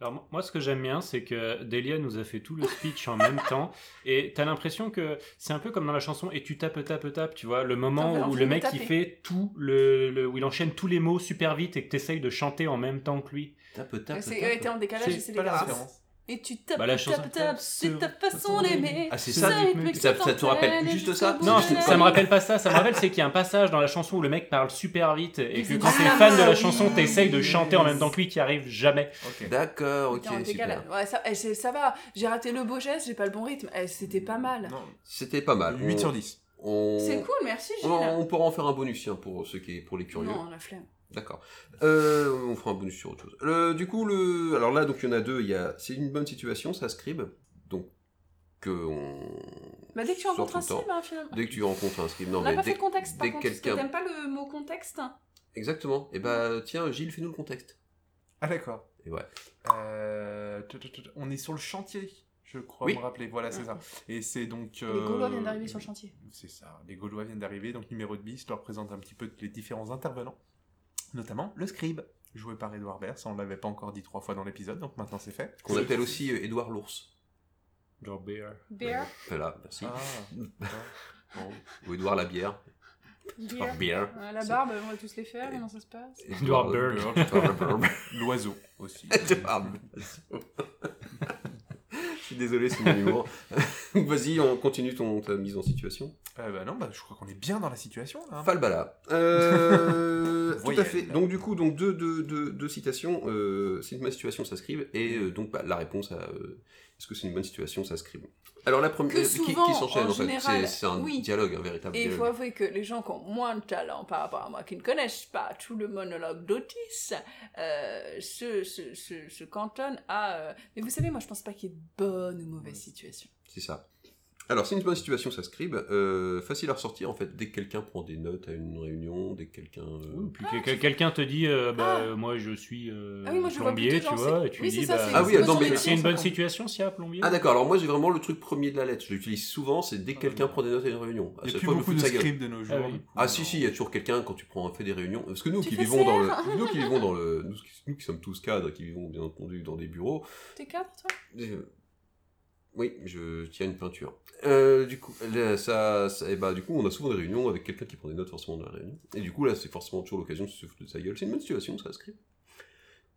S9: Alors mo- moi, ce que j'aime bien, c'est que Delia nous a fait tout le speech en même temps, et t'as l'impression que c'est un peu comme dans la chanson "Et tu tapes, tapes, tapes", tu vois, le moment
S8: Attends, mais
S9: où
S8: enfin,
S9: le
S8: il
S9: mec
S8: tapait.
S9: il fait tout le, le- où il enchaîne tous les mots super vite et que t'essayes de chanter en même temps que lui.
S7: Tape,
S8: Mais
S7: tape,
S8: c'est-
S7: tape.
S8: ouais, t'es en décalage
S9: C'est
S8: et Ah, c'est les
S10: Pas la
S8: gars.
S10: référence.
S8: Et tu tapes,
S9: Bah, la
S8: tu
S9: chanson
S8: tapes,
S9: tape
S8: tapes, c'est
S9: sur
S8: ta façon
S9: façon
S8: d'aimer.
S7: Ah, c'est
S8: ce
S7: ça,
S8: rythme
S9: mais
S8: qui
S7: ça- ça te rappelle
S8: t'entraîne
S7: juste
S8: jusqu'au
S7: ça
S8: bout
S9: Non,
S8: de la
S9: ça me rappelle pas ça. Ça me rappelle c'est qu'il y a un passage dans la chanson où le mec parle super vite et que quand t'es
S8: Ah,
S9: fan de la
S8: oui.
S9: chanson, t'essayes de chanter en même temps que lui, qui arrive jamais.
S10: Ok.
S7: D'accord, ok,
S8: T'es en décalage.
S7: super.
S8: Ouais, ça, eh, c'est- ça va, j'ai raté le beau geste, j'ai pas le bon rythme. Eh, C'était pas mal.
S10: Non,
S7: C'était pas mal.
S10: 8
S7: On-
S10: sur 10.
S7: On...
S8: C'est cool, merci Gilles.
S7: On, on pourra en faire un bonus hein, pour ceux qui pour les curieux.
S8: Non, la flemme.
S7: D'accord. Euh, on fera un bonus sur autre chose. Le- du coup, le, alors là, donc il y en a deux. Il y a, c'est une bonne situation, ça scribe. Donc que on,
S8: Bah, dès que tu
S7: Sors
S8: rencontres un
S7: tout le
S8: cible, hein, finalement.
S7: dès que tu rencontres un scribe, non
S8: On n'a
S7: mais
S8: pas
S7: dès,
S8: fait contexte par
S7: dès que
S8: contre. parce que
S7: quelqu'un,
S8: T'aimes pas le mot contexte
S7: exactement. Et bah tiens, Gilles, fais-nous le contexte.
S10: Ah d'accord.
S7: Et ouais.
S10: Euh, tut, tut, tut, on est sur le chantier, je crois
S7: Oui.
S10: me rappeler. Voilà, c'est ça. Et c'est donc... euh,
S8: Les Gaulois viennent d'arriver sur le chantier.
S10: C'est ça. Les Gaulois viennent d'arriver, donc numéro de bis, je leur présente un petit peu les différents intervenants. Notamment le scribe, joué par Edouard Berce. On l'avait pas encore dit trois fois dans l'épisode, donc maintenant c'est fait.
S7: Qu'on appelle aussi euh, Édouard l'ours.
S9: Genre Bear.
S8: Beer,
S7: Voilà, merci.
S10: Ah. Ah. Bon.
S7: Ou Édouard la bière. Édouard
S8: beer.
S7: bière.
S8: Euh, La barbe, on va tous les faire, comment ça se passe
S9: Édouard Bird.
S10: Bird.
S7: Édouard Bird.
S10: L'oiseau aussi.
S7: Édouard Bird. Je suis désolé, c'est mon humour. Vas-y, on continue ton, ta mise en situation.
S10: Euh, bah non, bah, je crois qu'on est bien dans la situation là. hein.
S7: Falbala. Euh, tout à
S10: Voyelle.
S7: fait. Donc du coup, donc deux, deux, deux, deux citations. euh, c'est une bonne situation, ça scribe. Et euh, donc bah, la réponse à euh, est-ce que c'est une bonne situation, ça scribe. Alors la première
S8: Que
S7: euh, qui,
S8: souvent,
S7: qui s'enchaîne
S8: en
S7: en, fait,
S8: général,
S7: c'est, c'est un
S8: oui.
S7: dialogue, un véritable
S8: Et il
S7: dialogue.
S8: faut avouer que les gens qui ont moins de talent par rapport à moi, qui ne connaissent pas tout le monologue d'Otis, euh, se, se, se- se cantonnent à... euh, Mais vous savez, moi, je pense pas qu'il y ait de bonne ou mauvaise situation.
S7: C'est ça. Alors, c'est une bonne situation, ça scribe. Euh, facile à ressortir, en fait, dès que quelqu'un prend des notes à une réunion, dès que quelqu'un... euh,
S9: Puis quelqu'un- quelqu'un te dit, euh, bah, euh, moi je suis euh,
S8: Ah oui, moi, je vois
S9: plombier,
S8: plutôt, genre,
S9: tu vois,
S8: c'est-
S9: et tu
S8: oui,
S9: dis,
S8: c'est ça,
S9: bah,
S8: c'est-
S7: Ah oui, c'est attends, mais-
S9: c'est une bonne situation s'il y a un plombier.
S7: Ah d'accord, alors moi j'ai vraiment le truc premier de la lettre, je l'utilise souvent, c'est dès que quelqu'un prend des notes à une réunion. À
S10: Ah, Il y a
S7: chaque
S10: plus
S7: fois, je me
S10: beaucoup
S7: fous
S10: de
S7: sa gueule.
S10: scribes de nos jours.
S9: Ah oui.
S10: du coup.
S7: Ah si si, il y a toujours quelqu'un quand tu prends fait des réunions. Parce que nous
S8: Tu
S7: qui
S8: fais
S7: vivons dans le,
S8: CR.
S7: nous qui vivons dans le, nous, qui- nous qui sommes tous cadres, qui vivons bien entendu dans des bureaux.
S8: T'es cadre, toi
S7: euh, oui, je tiens une peinture. Euh, du coup, là, ça, ça- et bah du coup, on a souvent des réunions avec quelqu'un qui prend des notes forcément dans la réunion. Et du coup là, c'est forcément toujours l'occasion de se foutre de sa gueule. C'est une bonne situation, ça scribe.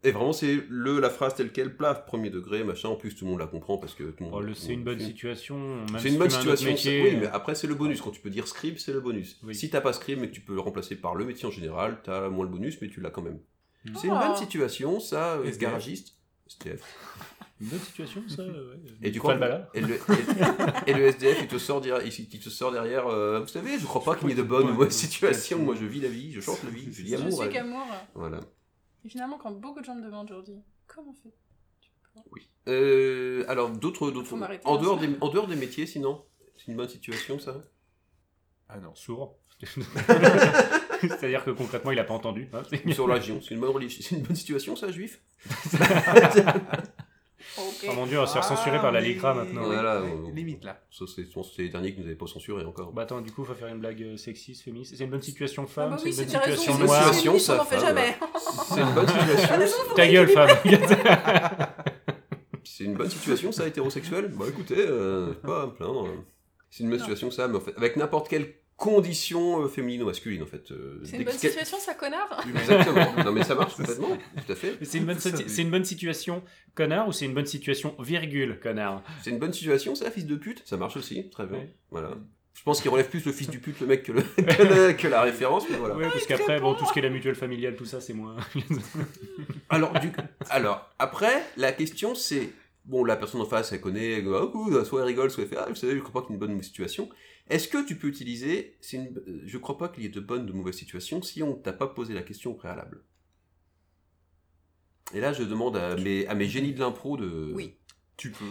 S7: Et vraiment, c'est le la phrase telle quelle, plaf, premier degré, machin. En plus, tout le monde la comprend parce que tout le monde.
S9: Oh, le- c'est une bonne
S7: situation
S9: situation.
S7: c'est
S9: même si
S7: une bonne
S9: tu mets un autre
S7: situation.
S9: métier,
S7: c'est- oui,
S9: euh,
S7: mais après, c'est le bonus. Quand tu peux dire scribe, c'est le bonus.
S9: Oui.
S7: Si t'as pas scribe, mais que tu peux le remplacer par le métier en général, t'as moins le bonus, mais tu l'as quand même.
S9: Mm.
S7: C'est une
S8: Ah.
S7: bonne situation, ça, euh,
S10: SDF.
S7: garagiste. SDF.
S9: euh, Une bonne situation, ça. ouais.
S7: Mhm.
S9: euh,
S7: Et tu
S9: Pas
S7: crois
S9: le bala.
S7: et, le, et- et le SDF, il te sort, dire- il, il te sort derrière. euh, vous savez, je crois pas qu'il y ait de bonne ou mauvaise situation. Moi, je vis la vie, je chante la vie, je dis
S8: Je
S7: amour.
S8: suis
S7: elle.
S8: qu'amour.
S7: Voilà.
S8: Et finalement, quand beaucoup de gens me demandent aujourd'hui, comment on fait
S7: Oui. Euh, alors, d'autres, d'autres.
S8: Faut m'arrêter
S7: En
S8: là,
S7: dehors
S8: ça.
S7: des, en dehors des métiers, sinon, c'est une bonne situation, ça.
S10: Ah non.
S9: Sourd. C'est-à-dire que concrètement, il a pas entendu. hein.
S7: Ou sur la religion, c'est une bonne religion, c'est une bonne situation, ça, juif.
S8: Ok.
S9: Oh mon dieu, on va se faire censurer
S8: Ah,
S9: par la LICRA maintenant.
S7: Ouais. Voilà,
S10: Oui,
S7: on-
S10: Limite là.
S7: Ça, c'est je pense que c'est les derniers que vous n'avez pas censurés encore.
S9: Bah attends, du coup, faut faire une blague euh, sexiste, féministe. C'est une bonne situation
S8: Ah
S9: femme,
S8: bah
S9: c'est
S8: oui,
S9: une
S8: c'est
S9: bonne
S8: tu as raison,
S9: situation
S8: c'est
S7: une
S9: noire.
S7: situation,
S8: féministe, on
S7: ça,
S8: n'en fait jamais.
S7: femme, c'est une bonne
S8: Ah,
S7: situation.
S9: Ta gueule, femme.
S7: c'est une bonne situation, ça, hétérosexuel Bah écoutez, euh, pas à me plaindre. C'est une bonne situation, ça, mais en fait, avec n'importe quelle condition euh, féminine ou masculine, en fait. euh,
S8: C'est
S7: dès
S8: une bonne
S7: que- quel-
S8: situation, ça, connard
S7: Exactement. Non, mais ça marche complètement, tout à fait.
S9: C'est une, bonne
S10: Ça,
S9: sati-
S10: oui.
S9: c'est une bonne situation, connard, ou c'est une bonne situation, virgule, connard
S7: C'est une bonne situation, ça, fils de pute Ça marche aussi, très bien.
S9: Ouais.
S7: Voilà. Je pense qu'il relève plus le fils du pute, le mec, que, le- que, le- que la référence, mais voilà.
S9: Ouais, parce qu'après, Ah, bon, tout ce qui est la mutuelle familiale, tout ça, c'est moins.
S7: Alors, du... Alors, après, la question c'est. Bon, la personne en face, elle connaît, elle go, Ah, ouh, soit elle rigole, soit elle fait Ah, vous savez, je crois pas qu'il y ait une bonne situation. Est-ce que tu peux utiliser. c'est Une... euh, Je crois pas qu'il y ait de bonnes ou de mauvaises situations si on t'a pas posé la question au préalable. Et là, je demande à mes, à mes génies de l'impro de.
S6: Oui.
S10: Tu peux.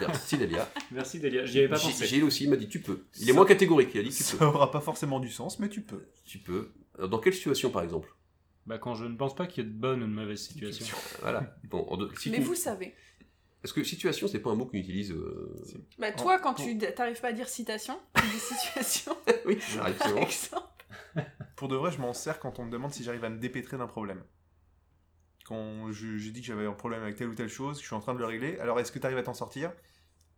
S7: Merci Delia.
S9: Merci, Delia. J'y avais pas
S7: G-
S9: pensé.
S7: Gilles aussi m'a dit Tu peux. Il est moins catégorique, il a dit Tu peux.
S10: Ça aura pas forcément du sens, mais tu peux.
S7: Tu peux. Alors, Dans quelle situation, par exemple
S9: Bah, quand je ne pense pas qu'il y ait de bonne ou de mauvaise situation.
S7: Voilà. Bon, en deux- si
S8: Mais
S7: tu-
S8: vous savez.
S7: Parce que situation, c'est pas un mot qu'on utilise. euh,
S8: Bah, toi, quand
S7: oh.
S8: tu t'arrives pas à dire citation, tu dis situation,
S7: Oui, j'arrive, c'est
S8: par
S7: bon.
S8: exemple.
S10: Pour de vrai, je m'en sers quand on me demande si j'arrive à me dépêtrer d'un problème. Quand je- j'ai dit que j'avais un problème avec telle ou telle chose, je suis en train de le régler. Alors, est-ce que tu arrives à t'en sortir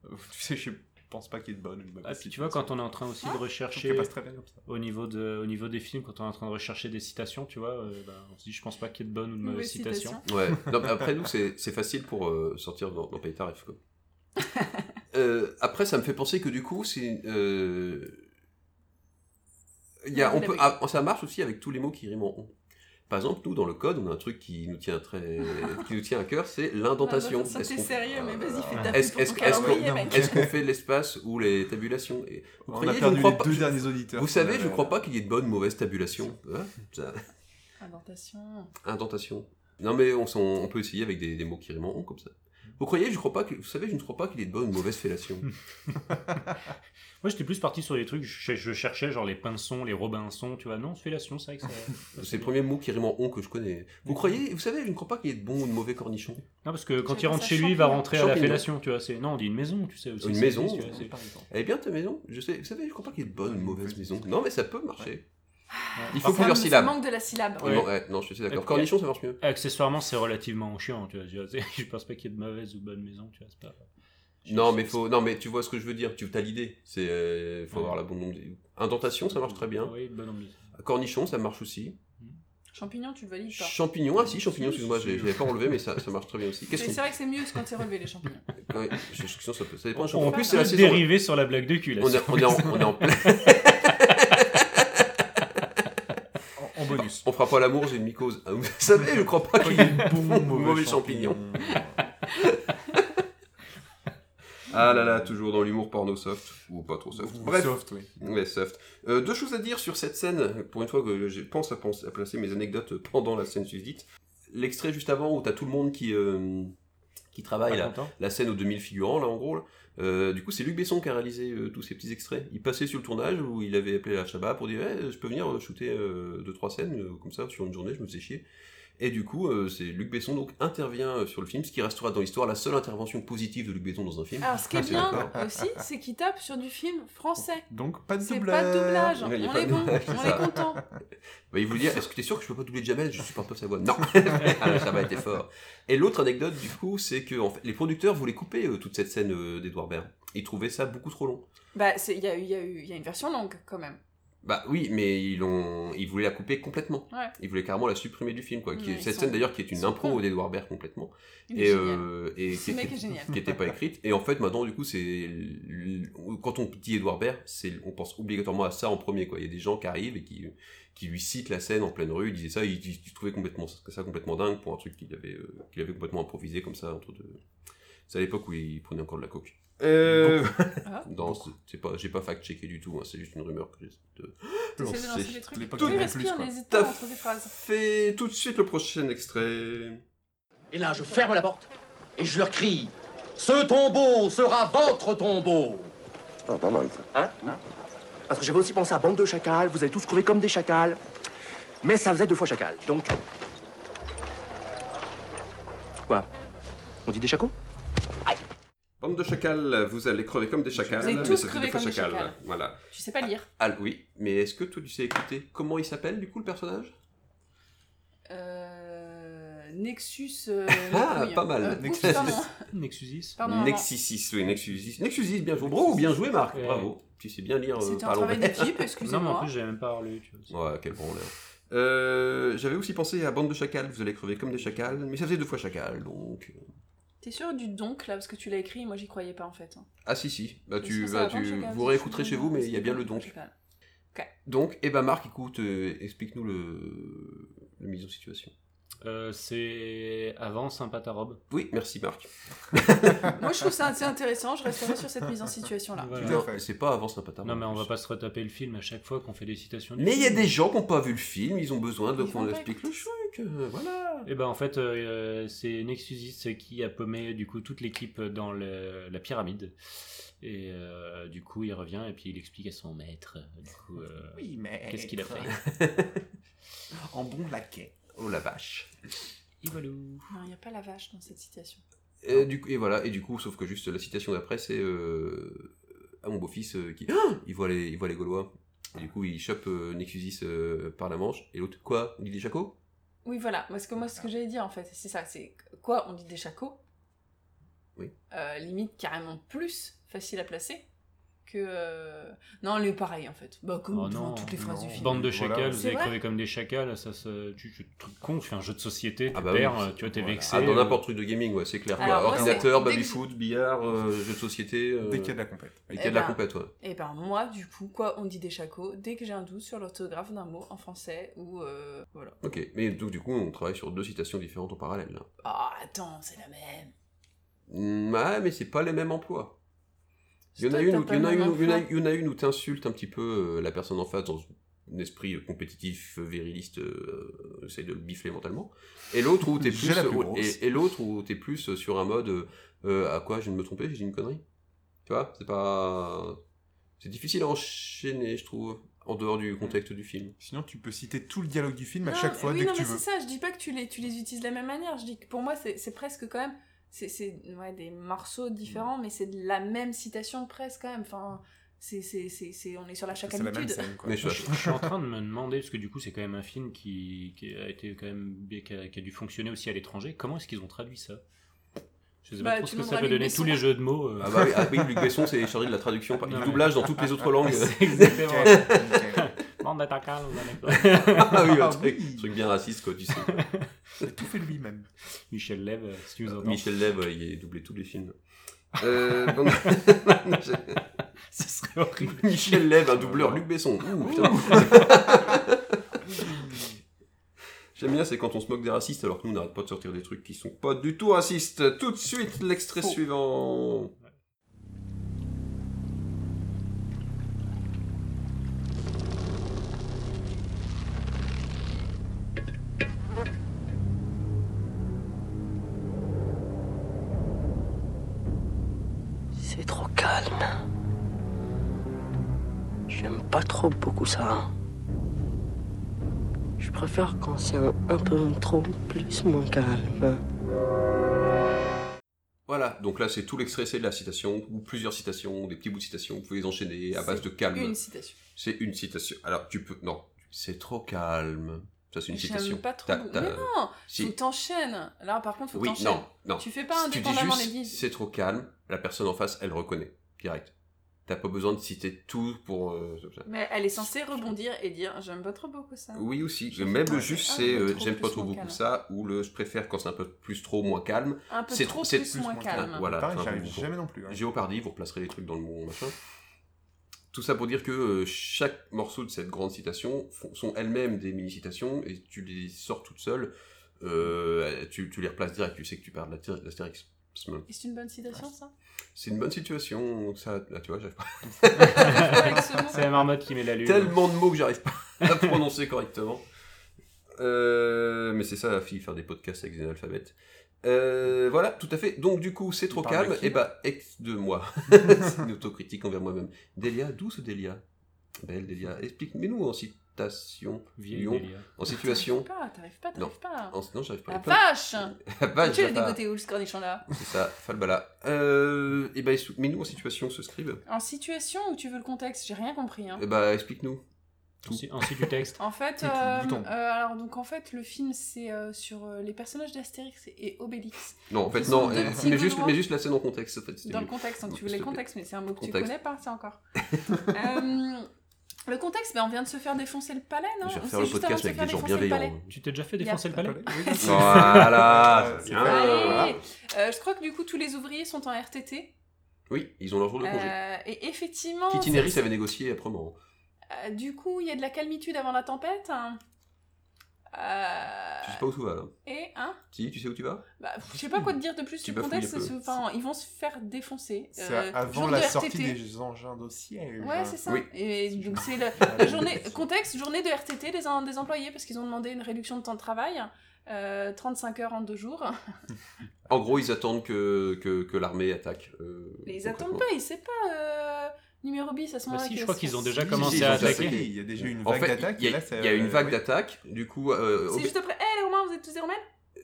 S10: Euh, Tu sais, je pense pas qu'il y ait de bonne ou de mauvaise
S9: Ah, puis tu vois, quand on est en train aussi de
S10: Je
S9: rechercher
S10: passe très bien comme ça.
S9: au niveau, de, au niveau des films, quand on est en train de rechercher des citations, tu vois, euh, bah, on se dit, je pense pas qu'il y ait de bonne ou de mauvaise
S8: Mauvaise
S9: citation.
S8: citation.
S7: Ouais. Non, mais après, nous, c'est c'est facile pour euh, sortir dans, dans Pays Tarif. Quoi. Euh, après, ça me fait penser que du coup, c'est. euh, il y a, on peut, ah, ça marche aussi avec tous les mots qui riment en on. Par exemple, nous, dans le code, on a un truc qui nous tient, très, qui nous tient à cœur, c'est l'indentation.
S8: L'indentation,
S7: Est-ce
S8: t'es
S7: qu'on-
S8: bah,
S7: Ah. euh,
S8: sérieux, mais vas-y, fais ta pub pour
S7: Est-ce est-ce-
S8: ton
S7: est-ce qu'on
S8: calendrier, mec.
S7: est-ce qu'on fait de l'espace ou les tabulations Et
S10: On
S7: vous croyez,
S10: a
S7: je
S10: perdu
S7: ne
S10: les
S7: crois
S10: deux
S7: pas- je-
S10: derniers auditeurs. Euh,
S7: Vous
S10: qu'on
S7: savez,
S10: avait.
S7: je ne crois pas qu'il y ait de bonnes ou mauvaises tabulations. Hein Ça-
S8: Indentation.
S7: Indentation. Non mais on, s'en- on peut essayer avec des, des mots qui riment en comme ça. Vous croyez, je crois pas que, vous savez, je ne crois pas qu'il est de bonne ou de mauvaise fellation.
S9: Moi, j'étais plus parti sur les trucs, je, je cherchais genre les pinsons, les robinsons, tu vois. Non, fellation, c'est vrai que ça.
S7: C'est le premier mot qui rime en on que je connais. Vous croyez, vous savez, je ne crois pas qu'il y ait de bon ou de mauvais cornichon.
S9: Non, parce que quand
S8: J'avais
S9: il rentre
S8: ça
S9: chez lui, il va
S8: champignon.
S9: rentrer à la
S7: Champignon.
S9: fellation, tu vois. c'est- Non, on dit une maison, tu sais aussi.
S7: Une
S9: c'est-
S7: maison.
S9: tu vois, c'est-
S7: Elle est bien ta maison Je sais, vous savez, je ne crois pas qu'il y ait de bonne ou de mauvaise maison. Non mais ça peut marcher. Il faut
S8: Ça
S7: plusieurs
S8: me- Ça
S7: syllabes.
S8: manque de la syllabe.
S9: Ouais.
S7: Non, ouais, non, je suis d'accord.
S9: Et-
S7: Cornichon, ça marche mieux.
S9: Accessoirement, c'est relativement chiant, tu vois. Je, c'est- je pense pas qu'il y ait de mauvaise ou bonne maison, tu vois. c'est Pas...
S7: Non mais faut, non mais tu vois ce que je veux dire. Tu as l'idée. C'est, euh, faut
S9: Ouais.
S7: avoir la bonne nombre. de- Indentation, ça marche très bien.
S9: Oui, bonne ambiance.
S7: Cornichon, ça marche aussi.
S8: Champignon, tu le valides pas.
S7: Champignon, ah si, champignon, excuse-moi, je l'avais pas enlevé, mais ça, ça marche très bien aussi.
S8: Mais
S7: Qu'est-ce
S8: C'est
S7: qu'on
S8: vrai que c'est mieux quand c'est relevé, les champignons.
S7: Ouais, je- je- sinon, ça, peut, ça dépend.
S9: On
S7: en
S9: peut
S7: plus,
S9: se
S7: c'est la saison.
S9: dériver sur la blague de cul, là.
S7: On est, on, est en, on est en plein.
S10: En, en bonus.
S7: On fera pas l'amour, j'ai une mycose. Ah, Vous savez, je crois pas qu'il y ait de bons ou de mauvais champignons. Ah là là, toujours dans l'humour porno soft, ou pas trop soft.
S10: Ou
S7: Bref,
S10: Soft, oui.
S7: ouais, soft. Euh, deux choses à dire sur cette scène, pour une fois que je pense à, penser- à placer mes anecdotes pendant la scène susdite. L'extrait juste avant où t'as tout le monde qui, euh, qui travaille
S9: Pas
S7: la,
S9: content.
S7: la scène aux 2000 figurants, là, en gros. là. Euh, du coup, c'est Luc Besson qui a réalisé euh, tous ces petits extraits. Il passait sur le tournage où il avait appelé la Chaba pour dire Eh, Je peux venir euh, shooter euh, deux, trois scènes, euh, comme ça, sur une journée, je me faisais chier. Et du coup, euh, c'est Luc Besson donc intervient euh, sur le film, ce qui restera dans l'histoire la seule intervention positive de Luc Besson dans un film. Ah,
S8: Alors, ce qui est
S7: C'est
S8: bien
S7: d'accord.
S8: aussi, c'est qu'il tape sur du film français.
S10: Donc, pas de
S8: C'est
S10: doublage.
S8: pas de doublage.
S7: Ouais, il y a
S8: on
S7: pas
S8: est
S7: de
S8: bon,
S7: doublage,
S8: on
S7: c'est
S8: est
S7: ça.
S8: content.
S7: Bah, il vous dit Est-ce que tu es sûr que je peux pas doubler Jamel Je supporte pas sa voix. Non Ah, Ça va être fort. Et l'autre anecdote, du coup, c'est que en fait, les producteurs voulaient couper euh, toute cette scène euh, d'Edouard Baird. Ils trouvaient ça beaucoup trop long.
S8: Bah, c'est- il y a, eu- il y, a eu- il y a une version longue quand même.
S7: Bah oui, mais ils, l'ont- ils voulaient la couper complètement.
S8: Ouais.
S7: Ils voulaient carrément la supprimer du film. Quoi. Qui-
S8: Ouais, ils
S7: cette
S8: sont-
S7: scène d'ailleurs qui est
S8: ils
S7: une
S8: sont
S7: impro
S8: cons.
S7: d'Edouard Baird complètement.
S8: Il est génial.
S7: euh, et
S8: Ce mec est génial.
S7: qui n'était pas écrite. Et en fait, maintenant, du coup, c'est l- l- quand on dit Edouard Baird, c'est on pense obligatoirement à ça en premier. Quoi. Il y a des gens qui arrivent et qui, qui lui citent la scène en pleine rue. Ils disaient ça, ils, ils- ils trouvaient complètement ça, ça complètement dingue pour un truc qu'il avait, euh, qu'il avait complètement improvisé comme ça entre deux. C'est à l'époque où il prenait encore de la coke.
S10: Euh,
S8: Ah.
S7: Non, c'est- c'est pas, j'ai pas fact-checké du tout. hein, c'est juste une rumeur que j'essaie de
S8: T'essaies de lancer
S7: lancer.
S8: des trucs.
S10: L'époque
S8: Oui,
S10: il y avait plus,
S8: respire,
S10: quoi.
S8: n'hésite
S7: Tout
S8: pas
S7: à
S8: entre des phrases.
S7: fait tout de suite le prochain extrait.
S2: Et là, je ferme la porte et je leur crie Ce tombeau sera votre tombeau
S1: Ah, pas mal, ça.
S11: Hein Parce que j'avais aussi pensé à bande de chacals, vous allez tous trouver comme des chacals. Mais ça faisait deux fois chacal, donc. Quoi On dit des chacons
S7: Bande de chacals, vous allez crever comme des chacals.
S8: Vous allez
S7: mais
S8: tous
S7: ça fait
S8: crever
S7: deux fois
S8: comme des
S7: chacal.
S8: chacals.
S7: Voilà.
S8: Tu sais pas lire.
S7: Ah oui, mais est-ce que toi tu sais écouter comment il s'appelle du coup le personnage
S8: Euh, Nexus. euh,
S7: Ah,
S8: Macouille.
S7: pas mal.
S8: Euh, oups,
S7: Nexus.
S8: pardon.
S9: Nexusis.
S8: Pardon, maman.
S7: Nexusis, oui, Nexusis. Nexusis, bien joué. Bravo, bien joué Marc,
S9: Ouais.
S7: bravo. Tu sais bien lire. euh,
S8: C'était un
S7: parlons
S8: travail
S7: bien.
S8: d'équipe,
S9: Non, mais en
S8: excusez-moi.
S9: plus, j'avais même pas parlé. Tu vois.
S7: Ouais, quel branleur. Euh, J'avais aussi pensé à Bande de chacals, vous allez crever comme des chacals, mais ça faisait deux fois chacal, donc... euh,
S8: T'es sûr du donc là parce que tu l'as écrit, moi j'y croyais pas en fait. hein.
S7: Ah si si, bah
S8: Est-ce
S7: tu,
S8: que ça
S7: bah,
S8: va,
S7: tu
S8: chacal
S7: vous réécouterez chez vous, mais il y a bien le
S8: Je
S7: donc.
S8: sais pas.
S7: Donc, eh ben Marc, écoute, euh, explique-nous le... le mise en situation.
S9: Euh, c'est avant Sympa ta robe.
S7: Oui, merci Marc.
S8: Moi je trouve ça assez intéressant, je resterai sur cette mise en situation là.
S9: Voilà.
S7: Non, c'est pas avant Sympatard.
S9: Non, mais on va pas se retaper le film à chaque fois qu'on fait des citations.
S7: Mais il y a des gens qui n'ont pas vu le film, ils ont besoin de qu'on explique le truc. euh, Voilà.
S9: Et ben en fait, euh, c'est Nexusis qui a paumé du coup toute l'équipe dans le- la pyramide. Et euh, du coup, il revient et puis il explique à son maître. euh, Du coup, euh,
S10: Oui, mais.
S9: qu'est-ce qu'il a fait
S10: En bon laquais.
S7: Oh la vache.
S9: Ivalou.
S8: Non, il n'y a pas la vache dans cette situation.
S7: Et, du coup, et voilà, et du coup, sauf que juste la citation d'après, c'est euh, à mon beau-fils euh, qui. Ah il, voit les, il voit les Gaulois. Et du coup, il chope euh, Nexusis euh, par la manche. Et l'autre, quoi Il dit des Jaco
S8: Oui, voilà, parce que moi ce que j'allais dire en fait, c'est ça c'est quoi On dit des chacos
S7: Oui.
S8: Euh, limite carrément plus facile à placer que. euh, Non, les pareil en fait. Bah, comme
S9: Oh
S8: devant
S9: non,
S8: toutes les phrases
S10: non.
S8: du film.
S9: Bande de
S10: Voilà.
S9: chacals, vous
S8: C'est
S9: avez
S8: vrai
S9: crevé comme des chacals, ça se. Tu, tu te truc con, tu fais un jeu de société, tu
S7: Ah bah oui,
S9: perds,
S7: c'est-
S9: euh, tu vois, t'es
S7: Voilà.
S9: vexé.
S7: Ah, dans
S9: euh,
S7: n'importe quel truc de gaming, ouais, c'est clair. quoi.
S8: Alors, moi,
S7: Ordinateur,
S8: c'est- dès que
S7: baby-foot, billard, euh, jeu de société. euh,
S10: Dès qu'il y a de la compète.
S7: et qu'il y a
S8: Eh
S7: de la
S8: ben.
S7: compète, ouais.
S8: Et ben moi, du coup, quoi, on dit des chacos dès que j'ai un doute sur l'orthographe d'un mot en français ou euh, voilà.
S7: Ok, mais donc du coup, on travaille sur deux citations différentes en parallèle. Là.
S8: Ah attends, c'est la même.
S7: Mm, Ouais, mais c'est pas les mêmes emplois. Il y en a
S8: Toi,
S7: une
S8: t'as
S7: où-
S8: pas
S7: il y en a
S8: le
S7: une
S8: même
S7: où- il y en a-
S8: emploi.
S7: il y en a une où t'insultes un petit peu euh, la personne en face dans un esprit euh, compétitif, euh, viriliste, euh, essaye de le bifler mentalement. Et l'autre où t'es
S10: J'ai
S7: plus, euh,
S10: la plus
S7: où-
S10: grosse.
S7: et, et l'autre où t'es plus euh, sur un mode euh, euh, à quoi je viens de me tromper, j'ai dit une connerie. Tu vois, c'est pas. C'est difficile à enchaîner, je trouve, en dehors du contexte du film.
S10: Sinon, tu peux citer tout le dialogue du film à
S8: Non,
S10: chaque
S8: mais
S10: fois
S8: Ah, oui,
S10: dès
S8: non,
S10: que tu
S8: mais
S10: veux.
S8: c'est ça, je dis pas que tu les, tu les utilises de la même manière. Je dis que pour moi, c'est c'est presque quand même. C'est c'est, ouais, des morceaux
S7: Mm.
S8: différents, mais c'est de la même citation presque quand même. Enfin, c'est c'est- c'est- c'est- on est sur la
S10: C'est la même
S8: chacalitude.
S10: scène, quoi.
S7: Mais je-
S9: Je, je suis en train de me demander, parce que du coup, c'est quand même un film qui, qui a été quand même qui a, qui a dû fonctionner aussi à l'étranger. Comment est-ce qu'ils ont traduit ça Je sais
S8: Bah,
S9: pas trop
S8: tu
S9: ce que ça
S8: demanderas
S9: peut
S8: à
S9: donner.
S8: Luc
S9: Tous les
S8: Besson.
S9: jeux de mots. euh,
S7: Ah bah oui, ah oui, Luc Besson, c'est chargé de la traduction, par- du
S9: Non, mais-
S7: doublage dans toutes les autres langues.
S9: c'est exactement.
S10: Nickel.
S9: Bande d'attaquants, vous allez quoi.
S7: ah oui, un
S10: Ah
S7: truc,
S10: oui.
S7: truc bien raciste, quoi, tu sais.
S10: Il a tout fait lui-même.
S9: Michel Leb, euh, si tu nous entends.
S7: Michel Leb, euh, il est doublé tous les films. Euh, bon-
S9: Ce serait horrible.
S7: Michel Leb, un doubleur, Luc Besson. Ouh, putain. J'aime bien, c'est quand on se moque des racistes alors que nous on n'arrête pas de sortir des trucs qui sont pas du tout racistes. Tout de suite, l'extrait suivant.
S2: C'est trop calme. J'aime pas trop beaucoup ça. Je préfère quand c'est un, un peu trop plus moins calme.
S7: Voilà, donc là c'est tout l'extrait, c'est de la citation, ou plusieurs citations, des petits bouts de citations, vous pouvez les enchaîner à base de calme.
S8: Une citation.
S7: C'est une citation. Alors tu peux... Non, c'est trop calme. Ça c'est une citation.
S8: J'aime pas trop.
S7: T'as-
S8: beaucoup.
S7: t'as-
S8: Mais non
S7: Si.
S8: Faut que t'enchaînes Là, par contre, faut que
S7: Oui,
S8: t'enchaînes.
S7: non, non.
S8: Tu fais pas
S7: Si tu dis
S8: indépendamment les
S7: juste,
S8: guides.
S7: c'est trop calme, la personne en face, elle reconnaît, direct. T'as pas besoin de citer tout pour... euh, ça.
S8: Mais elle est censée rebondir et dire J'aime pas trop beaucoup ça.
S7: Oui aussi, même le juste
S8: Ah, un
S7: c'est
S8: peu
S7: euh,
S8: trop
S7: j'aime pas
S8: plus
S7: trop
S8: moins
S7: beaucoup
S8: calme.
S7: ça, ou le je préfère quand c'est un peu plus trop moins calme.
S8: Un peu
S7: C'est
S8: trop
S7: c'est
S8: plus moins calme.
S7: Voilà,
S10: Pareil,
S7: enfin,
S10: j'arrive
S7: vous-
S10: jamais non plus, hein.
S7: Géopardy, vous replacerez les trucs dans le bon machin. Tout ça pour dire que euh, chaque morceau de cette grande citation font- sont elles-mêmes des mini-citations et tu les sors toutes seules, euh, tu, tu les replaces direct, tu sais que tu parles de l'astéri- d'Astérix.
S8: Et c'est une bonne citation, ça
S7: C'est une bonne situation, donc ça, là, tu vois, j'arrive pas.
S9: C'est la marmotte qui met la lune.
S7: Tellement de mots que j'arrive pas à prononcer correctement. Euh, mais c'est ça la fille, faire des podcasts avec des analphabètes. Euh, voilà, tout à fait. Donc du coup, c'est trop
S9: parle de
S7: calme.
S9: qui,
S7: Et bah, ex de moi. c'est une autocritique envers moi-même. Delia, d'où ce Delia Belle Delia, explique. Mais nous en citation,
S9: Vieille
S7: Lyon,
S9: Delia.
S7: en situation.
S8: T'arrives pas, t'arrives pas,
S7: Non,
S8: t'arrives Ah, pas.
S7: En- non, j'arrive pas.
S8: La
S7: Les pommes.
S8: vache
S7: La vache,
S8: Tu
S7: la
S8: l'as
S7: vache.
S8: dégoté où, ce cornichon-là
S7: C'est ça, Falbala. Euh, et bah, mets-nous en situation ce scribe.
S8: En situation où tu veux le contexte J'ai rien compris. Hein.
S7: Et bah, explique-nous. Tout.
S9: Ainsi du texte.
S8: En fait,
S7: Tout, tout,
S8: euh,
S7: bouton.
S8: euh, alors donc en fait, le film c'est euh, sur euh, les personnages d'Astérix et Obélix.
S7: Non, en fait,
S8: Qui sont
S7: non.
S8: deux
S7: euh,
S8: petits
S7: Mais juste,
S8: Gaulois.
S7: mais juste la scène en contexte. en fait, c'était
S8: Dans le
S7: mieux.
S8: contexte, hein, tu voulais le contexte, mais c'est un mot que tu
S7: Contexte.
S8: connais pas, c'est encore. Euh, le contexte, ben, on vient de se faire défoncer le palais, non
S7: Je vais
S8: On
S7: refaire
S8: s'est
S7: le
S8: juste avant de
S7: podcast
S8: se
S7: avec
S8: faire
S7: des gens
S8: défoncer le
S7: bienveillants.
S8: palais.
S9: Tu t'es déjà fait
S8: Y a-
S9: défoncer le palais
S7: Voilà, c'est bien.
S8: Allez Euh, Je crois que du coup, tous les ouvriers sont en RTT.
S7: hein. Oui, ils ont leur jour de congé.
S8: Euh, et effectivement.
S7: Kitineris
S8: c'est-
S7: avait négocié autrement. hein.
S8: euh, du coup, il y a de la calmitude avant la tempête. hein. Euh,
S7: Tu sais pas où tu vas là.
S8: et, hein
S7: Si, tu sais où tu vas
S8: Bah, pff, je sais pas quoi te dire de plus
S7: Tu
S8: sur le
S7: bafouilles
S8: contexte.
S7: un peu.
S8: c'est- Enfin, ils vont se faire défoncer.
S10: C'est
S8: euh,
S10: avant
S8: jour
S10: la
S8: de
S10: sortie
S8: RTT.
S10: des engins dossiers.
S8: Ouais, c'est ça.
S10: Oui.
S8: Et donc c'est la, la journée contexte journée de RTT des, en- des employés parce qu'ils ont demandé une réduction de temps de travail, euh, 35 heures en deux jours.
S10: Ah.
S7: En gros, ils attendent que, que, que l'armée attaque. euh,
S8: Mais ils
S7: concrètement.
S8: attendent pas, ils savent pas euh, numéro bis à ce
S9: Bah
S8: moment-là.
S9: si,
S8: qui
S9: je
S8: va
S9: crois
S8: se
S9: qu'ils
S8: faire-
S9: ont déjà
S7: Si,
S9: commencé
S7: si, ils
S9: à
S7: ont déjà
S9: attaquer.
S7: attaqué.
S10: Il y a déjà eu une
S7: En
S10: vague
S7: fait,
S10: d'attaques,
S7: Il y
S10: et
S7: a,
S10: là, c'est,
S7: il y a une
S10: euh,
S7: vague
S10: ouais.
S7: d'attaques. Du coup, euh,
S8: C'est
S7: Obé-
S8: juste après. Eh les Romains, vous êtes tous des Romains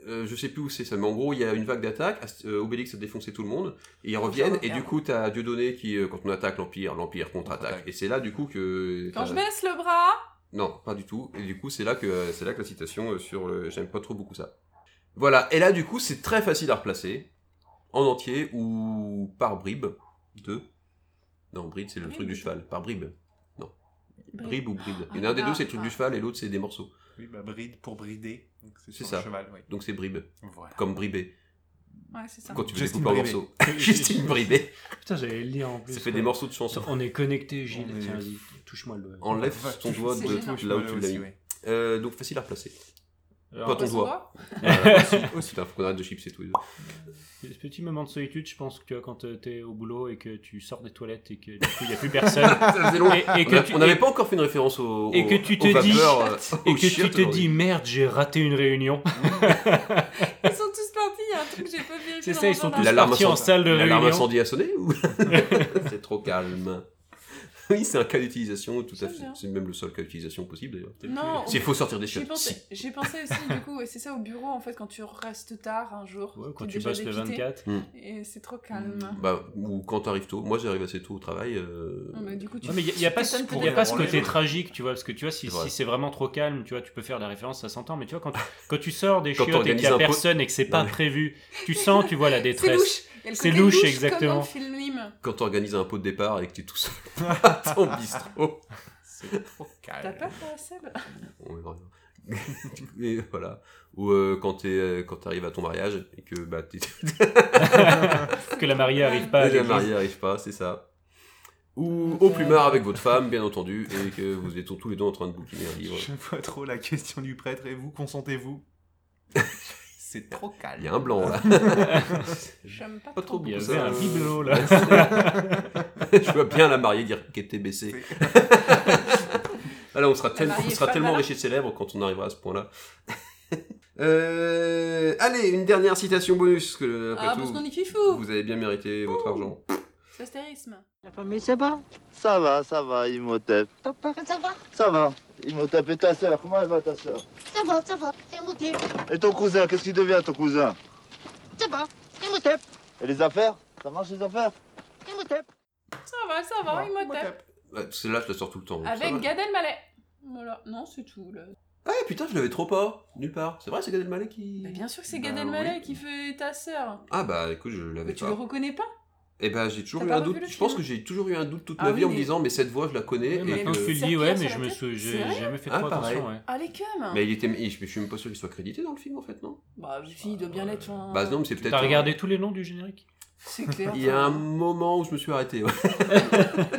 S7: euh, je sais plus où c'est ça, mais en gros, il y a une vague d'attaques. Ast- euh, Obélix a défoncé tout le monde. Et ils reviennent. Et du coup, t'as Dieudonné qui, euh, quand on attaque l'Empire, l'Empire contre-attaque. Et c'est là, du coup, que.
S8: Quand
S7: t'as-
S8: je baisse le bras.
S7: Non, pas du tout. Et du coup, c'est là que c'est là que la citation euh, sur le j'aime pas trop beaucoup ça. Voilà. Et là, du coup, c'est très facile à replacer en entier ou par bribes. Deux. Non, bride, c'est le
S8: Bride.
S7: truc du cheval. Par bribes. Non.
S8: Bride.
S7: Bribes ou bride. Il y en a
S8: Ah,
S7: un des deux,
S8: ah,
S7: c'est le truc
S8: ah.
S7: du cheval et l'autre, c'est des morceaux.
S10: Oui, bah, bride pour brider. donc C'est
S7: C'est
S10: sur
S7: ça.
S10: le cheval, oui.
S7: Donc c'est bribes.
S10: Voilà.
S7: Comme bribé.
S8: Ouais, c'est ça.
S7: Quand tu veux
S10: Justin
S7: découper en
S10: Bribé.
S7: morceaux. Justine bribé.
S9: Putain, j'allais le lire en plus.
S7: Ça fait
S9: quoi.
S7: des morceaux de chansons.
S9: On est connecté, Gilles.
S10: On est-
S9: Tiens, vas-y, touche-moi le.
S7: Enlève
S10: Ouais,
S7: ton
S10: touche-
S7: doigt
S8: c'est
S7: de
S8: gênant.
S7: là où tu l'as
S10: Aussi,
S7: mis.
S10: oui.
S7: Euh, donc facile à replacer. Pas ton
S8: Pas son
S7: doigt.
S8: doigt.
S7: Voilà. Putain, faut qu'on arrête de chipser tous les deux.
S9: Ce petit moment de solitude, je pense que tu vois, quand euh, t'es au boulot et que tu sors des toilettes et que du coup il n'y a plus personne.
S7: Ça faisait longtemps.
S9: Et- et
S7: On
S9: que
S7: a-
S9: tu-
S7: on n'avait
S9: et-
S7: pas encore fait une référence au,
S9: et
S7: au-
S9: que tu
S7: au
S9: te dis-
S7: vapeur, euh,
S9: Et
S7: au
S9: que tu
S7: shirt
S9: te
S7: aujourd'hui.
S9: dis merde, j'ai raté une réunion.
S8: Ils sont tous partis. Il y a un truc que j'ai pas vérifié.
S9: C'est ça,
S8: dans le
S9: ils sont
S8: journal.
S9: tous
S7: L'alarme
S9: partis en
S7: incendie-
S9: salle de
S7: L'alarme
S9: réunion.
S7: incendie a sonné ou C'est trop calme. Oui, c'est un cas d'utilisation tout à
S8: J'aime
S7: fait.
S8: bien.
S7: C'est même le seul cas d'utilisation possible d'ailleurs.
S8: Non.
S7: S'il faut sortir des
S8: J'ai
S7: chiottes. si.
S8: Oh, pensé, j'ai pensé aussi, du coup, ouais, c'est ça au bureau, en fait, quand tu restes tard un jour.
S9: Ouais, quand
S8: t'es
S9: tu
S8: déjà
S9: bosses le
S8: dépité,
S9: 24.
S8: Et c'est trop calme.
S7: Bah, ou quand t'arrives tôt. Moi, j'arrive assez tôt au travail. euh,
S8: Non, Ah, mais bah, du coup, tu
S9: Ouais, mais il n'y a, pas, ce-
S8: t'étonnes
S9: y a
S8: peut-être
S9: pas ce
S10: pour les
S9: côté
S10: gens.
S9: tragique, tu vois, parce que tu vois, si,
S7: C'est vrai.
S9: si c'est vraiment trop calme, tu vois, tu peux faire la référence, ça s'entend, mais tu vois, quand, tu- quand tu sors des
S7: Quand
S9: chiottes et qu'il n'y
S7: t'organises un
S9: a
S7: pot-
S9: personne et que c'est pas
S7: Non, mais-
S9: prévu, tu sens, tu vois, la
S8: C'est louche.
S9: détresse.
S8: Il y a le
S9: C'est
S8: côté
S9: louche,
S8: louche,
S9: exactement.
S8: Comme dans le film.
S7: Quand t'organises un pot de départ et que t'es tout seul à ton bistrot.
S10: C'est trop calme.
S8: T'as peur, toi, Seb
S7: On verra bien. Et voilà. Ou euh, quand t'es, euh, quand t'arrives à ton mariage et que bah, t'es
S9: Que la mariée arrive pas à
S7: Et la
S9: l'église.
S7: mariée arrive pas, c'est ça. Ou
S8: Ah,
S7: au plumard avec votre femme, bien entendu, et que vous êtes tous les deux en train de bouquiner un livre.
S10: Je vois trop la question du prêtre. Et vous, consentez-vous C'est trop calme.
S7: Il y a un blanc là.
S8: J'aime pas,
S7: Pas trop
S8: trop.
S9: Il y
S7: beaucoup
S9: avait
S7: ça.
S9: un
S7: euh,
S9: bibelot, là.
S7: Je vois bien la mariée dire qu'elle était baissée. Alors on sera,
S8: La
S7: tel-
S8: mariée
S7: on sera
S8: femme,
S7: tellement
S8: alors.
S7: riche et célèbre quand on arrivera à ce point-là. Euh, allez, une dernière citation bonus. Que, après
S8: Ah,
S7: tout,
S8: parce qu'on est fifou
S7: vous avez bien mérité votre argent.
S8: l'astérisme.
S12: La famille, ça va
S13: Ça va, ça va, Imhotep.
S12: Ton père, ça va
S13: Ça va. Imhotep et ta sœur, comment elle va ta sœur
S12: Ça va, ça va. C'est mon type.
S13: Et ton cousin, qu'est-ce qu'il devient ton cousin
S12: Ça va. C'est mon type.
S13: Et les affaires Ça marche les affaires
S12: C'est mon type.
S8: Ça va, ça va, Imhotep.
S7: Celle-là, je la sors tout le temps. donc ça
S8: Avec
S7: va.
S8: Gad Elmaleh. Voilà, non, c'est tout. Là.
S7: Ah ouais, putain, je l'avais trop pas. Nulle part. C'est vrai, c'est Gad Elmaleh qui.
S8: Mais Eh bien sûr que c'est Gad
S7: Bah,
S8: Elmaleh
S7: oui.
S8: qui fait ta sœur.
S7: Ah bah écoute, je l'avais
S8: Mais tu
S7: pas.
S8: le reconnais pas
S7: Eh ben j'ai toujours
S8: T'as
S7: eu
S8: pas
S7: un
S8: revu
S7: doute.
S8: le
S7: Je pense
S8: film
S7: que j'ai toujours eu un doute toute
S8: Ah
S7: ma
S8: oui,
S7: vie en me
S8: mais-
S7: disant mais cette voix je la connais. et
S9: maintenant
S7: que-
S9: que tu le dis, ouais, mais je me suis, j'ai
S8: Sérieux
S9: jamais fait
S7: Ah,
S9: trop
S7: pareil.
S9: attention. Ouais.
S8: Ah, les
S9: hein.
S8: cums
S7: Mais il était, il- je, je suis même pas sûr qu'il soit crédité dans le film en fait, non
S8: Bah, il doit bien l'être. hein.
S7: Bah non, mais c'est peut-être.
S9: T'as regardé tous les noms du générique
S8: C'est clair.
S7: Il y a un moment où je me suis arrêté. ouais.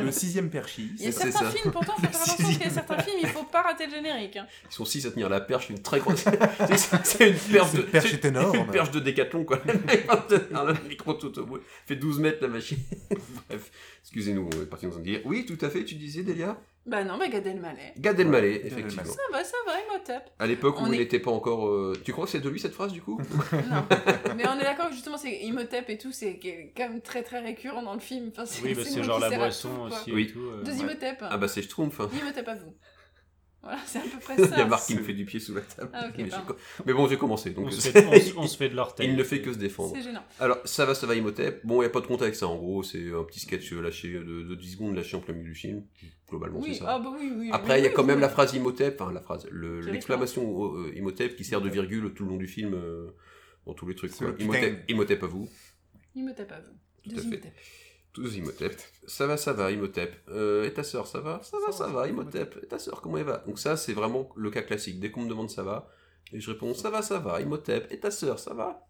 S10: Le sixième perchi.
S8: Il y a certains films, pourtant, faut faire attention parce qu'il y a certains films, il faut pas rater le générique. hein.
S7: Ils sont six à tenir la perche, une très grosse. c'est- c'est- c'est une perche de.
S10: Cette perche
S7: c'est-
S10: est énorme.
S7: Une perche de décathlon quoi. Le mec va tenir le micro tout au bout. Fait 12 mètres la machine. Bref, excusez-nous, on est parti dans un délire. Oui, tout à fait, tu disais Delia
S8: Bah non, mais Gad Elmaleh.
S7: Gad Elmaleh, effectivement.
S8: Ça va, ça va, Imhotep.
S7: À l'époque où
S8: On
S7: il
S8: est-
S7: n'était pas encore. euh, Tu crois que c'est de lui cette phrase du coup
S8: Mais on est d'accord que justement, c'est Imhotep et tout, c'est quand même très très récurrent dans le film. Enfin,
S9: Oui, bah,
S8: le
S9: c'est
S8: mot
S9: genre
S8: qui
S9: la
S8: sert à
S9: boisson
S8: tout, quoi.
S9: aussi et
S7: Oui.
S9: tout. euh.
S8: Deux Imhotep.
S7: Ah bah c'est Schtroumpf. hein.
S8: Imhotep à vous. Voilà, c'est à peu près ça.
S7: Il y a Marc qui me fait du pied sous la table.
S8: Ah, ok,
S7: mais, j'ai
S8: pardon.
S7: co- mais bon, j'ai commencé. Donc
S9: On se
S7: c'est-
S9: fait- on se- on se fait de l'orteil. euh,
S7: Il ne fait que se défendre.
S8: C'est gênant.
S7: Alors, ça va, ça va, Imhotep. Bon, il n'y a pas de contexte. hein. En gros, c'est un petit sketch euh, lâché de, de 10 secondes lâché en plein milieu du film. Globalement,
S8: Oui,
S7: c'est ça.
S8: ah bah oui, oui,
S7: Après, il y a
S8: oui,
S7: quand
S8: oui,
S7: même
S8: oui.
S7: la phrase Imhotep, enfin la phrase, le-
S8: J'avais
S7: l'exclamation euh, Imhotep qui sert de virgule tout le long du film, euh, dans tous les trucs.
S10: C'est
S7: quoi.
S10: le putain.
S7: Imhotep, Imhotep à vous.
S8: Imhotep à vous.
S7: Tout à
S8: Deux
S7: fait.
S8: Imhotep.
S7: Tous Imhotep. Ça va, ça va, Imhotep. Euh, et ta sœur, ça va Ça va, ça va, Imhotep. Et ta sœur, comment elle va Donc ça, c'est vraiment le cas classique. Dès qu'on me demande ça va, et je réponds ça va, ça va, Imhotep. Et ta sœur, ça va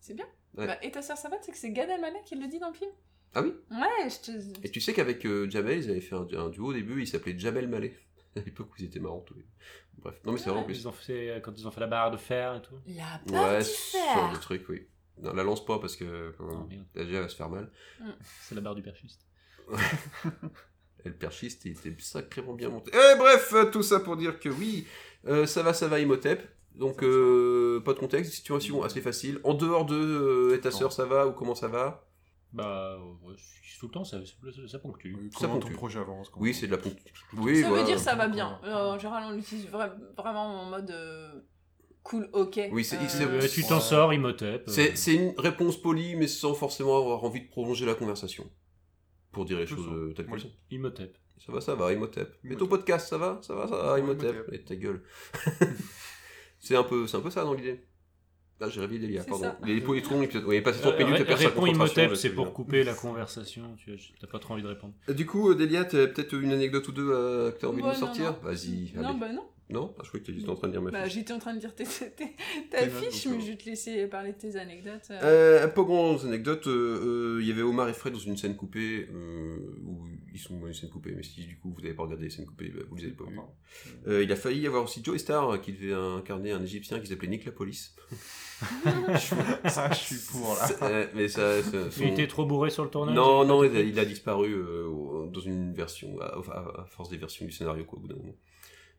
S8: C'est bien.
S7: Ouais.
S8: Bah, et ta sœur Savate, c'est que c'est Gad Elmaleh qui le dit dans le film
S7: Ah oui
S8: Ouais, je te...
S7: Et tu sais qu'avec euh, Jamel, ils avaient fait un, un duo au début, il s'appelait Jamel Mallet. À l'époque où ils étaient marrants tous les deux. Bref, non mais
S8: Ah,
S7: c'est vrai en plus.
S9: Ils ont fait, euh, quand ils ont fait la barre de fer et tout.
S8: La
S7: Ouais, ce genre de truc, oui. Non, la lance pas parce que euh,
S8: Ah.
S7: la déjà elle va se faire mal.
S8: Mm.
S9: Ah, C'est la barre du perchiste.
S7: Et le perchiste, il était sacrément bien monté. Et bref, euh, tout ça pour dire que oui, euh, ça va, ça va, Imhotep. Donc, euh, pas de contexte,
S8: Mm.
S7: situation assez facile. En dehors de euh, et ta sœur, ça va ou comment ça va
S9: Bah, ouais, tout le temps, ça, ça, ça ponctue.
S7: Ça
S10: Comment
S7: ponctue.
S10: ton projet avance quoi
S7: Oui, c'est de la ponctue. Oui,
S8: ça
S7: voilà.
S8: veut dire ça va bien. Euh, en général, on l'utilise vra- vraiment en mode euh, cool, ok.
S7: Oui, c'est-
S8: Euh,
S7: c'est-
S9: Euh, tu t'en sors, Imhotep. euh.
S8: Mm.
S7: C'est c'est une réponse polie, mais sans forcément avoir envie de prolonger la conversation. Pour dire les choses euh, telles qu'elles sont.
S9: Imhotep.
S7: Ça va, ça va, Imhotep. Mais ton podcast, ça va Ça va, ça va, Imhotep. Et ta gueule. c'est un, peu- c'est un peu ça dans l'idée. Là, j'ai réveillé Delia,
S9: C'est
S7: pardon.
S9: ça.
S7: Les poétrons, épisode. Oui, passé 30
S9: Euh,
S7: minutes,
S9: ré-
S7: et perds sa
S9: réponds
S7: concentration,
S9: Imhotep,
S7: là,
S9: c'est pour
S7: celui-là.
S9: couper la conversation. Tu vois, t'as pas trop envie de répondre.
S7: Du coup, euh, Delia, t'as peut-être une anecdote ou deux euh, que t'as envie
S8: Ouais,
S7: de nous
S8: non,
S7: sortir
S8: non.
S7: Vas-y.
S8: Non,
S7: allez.
S8: bah non.
S7: Non Ah, Je croyais que t'étais juste en train de dire ma
S8: Bah,
S7: fiche.
S8: j'étais en train de dire tes, tes-
S7: Tes
S8: ta
S7: notes,
S8: fiche,
S7: donc,
S8: mais je vais te laisser parler de tes anecdotes. euh.
S7: Euh, pas grande anecdote, euh, euh, il y avait Omar et Fred dans une scène coupée, euh, où ils sont dans une scène coupée, mais si du coup vous n'avez pas regardé les scènes coupées, bah, vous les avez pas vues. Euh, il a failli y avoir aussi Joe Star euh, qui devait incarner un Égyptien qui s'appelait Nick la police.
S10: Ah, je suis pour là.
S7: Euh, mais ça, ça-
S9: Il était trop bourré sur le tournage,
S7: Non,
S9: il a
S7: non,
S9: pas
S7: il a,
S9: compris.
S7: il a disparu euh, au- dans une version, à, à- à force des versions du scénario, quoi, au bout d'un moment.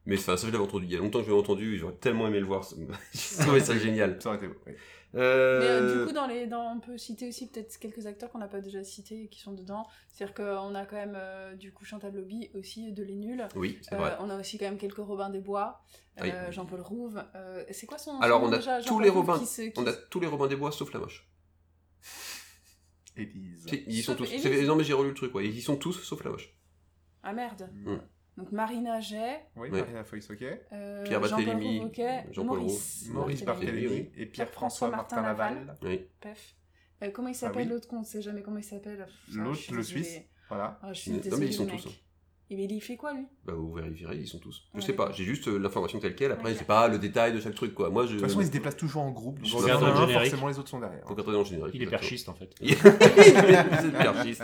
S7: Mais enfin, ça, je l'avais entendu. Il y a longtemps que je l'avais entendu, j'aurais tellement aimé le voir. ça- J'ai trouvé ça génial.
S10: Ça aurait été beau. oui.
S8: Mais
S7: Euh,
S8: euh, du coup, dans les, dans, on peut citer aussi peut-être quelques acteurs qu'on n'a pas déjà cités et qui sont dedans. C'est-à-dire qu'on a quand même euh, du coup Chantal Lobby aussi de Les Nuls.
S7: Oui, c'est
S8: Euh,
S7: vrai.
S8: On a aussi quand même quelques Robin des Bois, euh,
S7: Oui.
S8: Jean-Paul Rouve. euh, c'est quoi son son
S7: Alors
S8: nom
S7: on a
S8: déjà,
S7: tous
S8: Jean-Paul
S7: les
S8: Rouve
S7: Robins,
S8: qui se- qui
S7: on a
S8: se-
S7: tous les Robins des Bois sauf la moche. Si, Ils y sont
S8: Sauf
S7: tous.
S8: Élise.
S7: c'est- Non mais j'ai relu le truc, ouais. Ils y sont tous sauf la moche.
S8: Ah merde.
S7: Mm.
S8: Donc Marina Jay,
S10: Oui,
S7: Ouais.
S10: Marina Foïs, ok.
S8: euh,
S7: Pierre Barthélémy,
S8: Jean-Paul Rouve, ok,
S7: Jean-Paul
S8: Maurice,
S7: Roux, Maurice
S10: Barthélémy
S7: Barthélémy,
S10: et Pierre-François Martin Laval.
S7: Oui.
S8: Pef. Euh, comment il
S10: Ah
S8: s'appelle
S10: oui.
S8: l'autre con On ne sait jamais comment il s'appelle. Enfin,
S10: L'autre,
S8: je suis
S10: le
S8: désolée.
S10: Suisse,
S7: Euh,
S10: voilà.
S8: Ah, je suis
S7: Non, mais
S8: désolée,
S7: ils sont
S8: le mec.
S7: tous, hein.
S8: Et Mais il fait quoi lui
S7: Bah vous vérifierez, ils sont tous. Je
S8: Ouais,
S7: sais pas,
S8: d'accord.
S7: j'ai juste euh, l'information telle quelle. Après,
S8: Ok.
S7: j'ai pas le détail de chaque truc quoi. Moi
S10: De
S7: je.
S10: toute façon, ils se déplacent toujours en groupe.
S7: Je
S10: donc
S7: regarde
S10: s'il y en a
S7: le
S10: un,
S7: générique.
S10: Forcément, les autres sont derrière.
S7: Faut regarder dans le générique.
S9: Il est
S7: exactement.
S9: perchiste, en fait.
S7: Il est perchiste.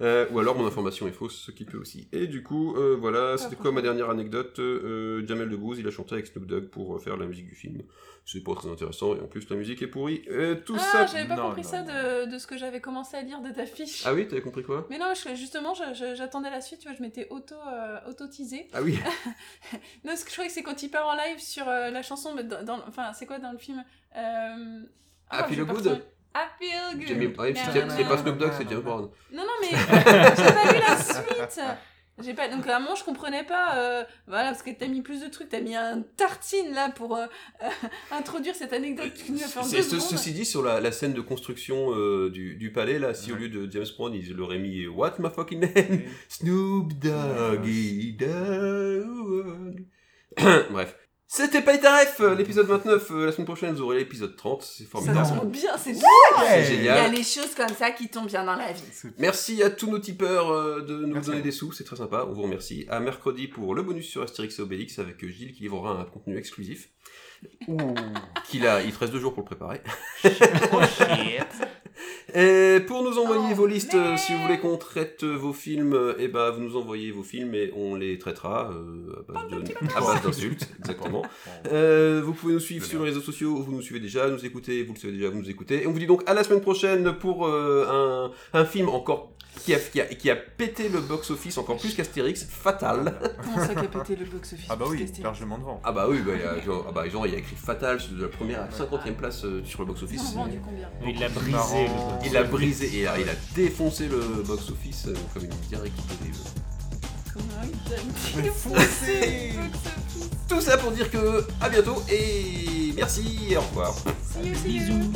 S7: Euh, ou alors mon information est fausse, ce qui peut aussi. Et du coup, euh,
S8: Ah,
S7: voilà, c'était quoi ma dernière anecdote Euh, Jamel Debbouze, il a chanté avec Snoop Dogg pour euh, faire la musique du film. C'est pas très intéressant, et en plus la musique est pourrie. Et tout
S8: Ah,
S7: ça...
S8: j'avais pas
S7: Non,
S8: compris
S7: non.
S8: ça de, de ce que j'avais commencé à lire de ta fiche.
S7: Ah oui, t'avais compris quoi
S8: Mais non, je- justement, je- je- j'attendais la suite, tu vois, je m'étais auto, euh, auto-teasée.
S7: Ah oui.
S8: non, ce que je croyais que c'est quand il part en live sur euh, la chanson, mais dans, dans- enfin, c'est quoi dans le film Euh, ah,
S7: Happy
S8: je vais
S7: Feel
S8: pas
S7: Good
S8: retrouver. Ah, feel good.
S7: Jamie- ouais, c'était- c'était pas Snoop Dogg, c'est James Brown.
S8: Non, non, mais j'ai pas lu la suite. J'ai pas... Donc, à un moment, je comprenais pas. euh, Voilà, parce que t'as mis plus de trucs. T'as mis un tartine là pour euh, introduire cette anecdote qui nous a fait en deux
S7: C'est- ce-
S8: secondes.
S7: ceci dit, sur la, la scène de construction euh, du, du palais, là, si au lieu de James Brown, ils l'auraient mis What my fucking name Snoop Doggy Dogg. Bref. C'était Paytaref, euh, l'épisode 29. euh, La semaine prochaine, vous aurez l'épisode 30. C'est
S8: Ça
S7: formidable.
S8: tombe bien, c'est
S7: C'est
S8: Il y
S7: génial.
S8: a les choses comme ça qui tombent bien dans la vie.
S7: Merci à tous nos tipeurs euh, de nous donner des sous, c'est très sympa, on vous remercie. À mercredi pour le bonus sur Astérix et Obélix avec Gilles qui livrera un contenu exclusif. Qu'il a, il te reste deux jours pour le préparer. et pour nous envoyer vos listes, euh, si vous voulez qu'on traite euh, vos films, euh, eh ben, vous nous envoyez vos films et on les traitera euh, à base de- à base d'insultes, exactement. Euh, vous pouvez nous suivre sur les réseaux sociaux, vous nous suivez déjà, nous écoutez, vous le savez déjà, vous nous écoutez. Et on vous dit donc à la semaine prochaine pour euh, un, un film encore qui a, qui, a, qui a pété le box-office encore plus qu'Astérix, Fatal.
S10: Comment ça qui a pété
S8: le box-office
S10: Ah bah oui, largement devant.
S7: Ah bah oui, bah, il y a, genre, ah bah, genre, il y a écrit Fatal c'est de la première à la 50e place euh, sur le box-office.
S8: Ils en ont vendu combien
S9: Il l'a brisé, le box-office.
S7: Il a brisé et il a, il a défoncé le box-office euh, comme une diarrhée qui fait des- Tout ça pour dire que à bientôt et merci et au revoir.
S8: Bisous.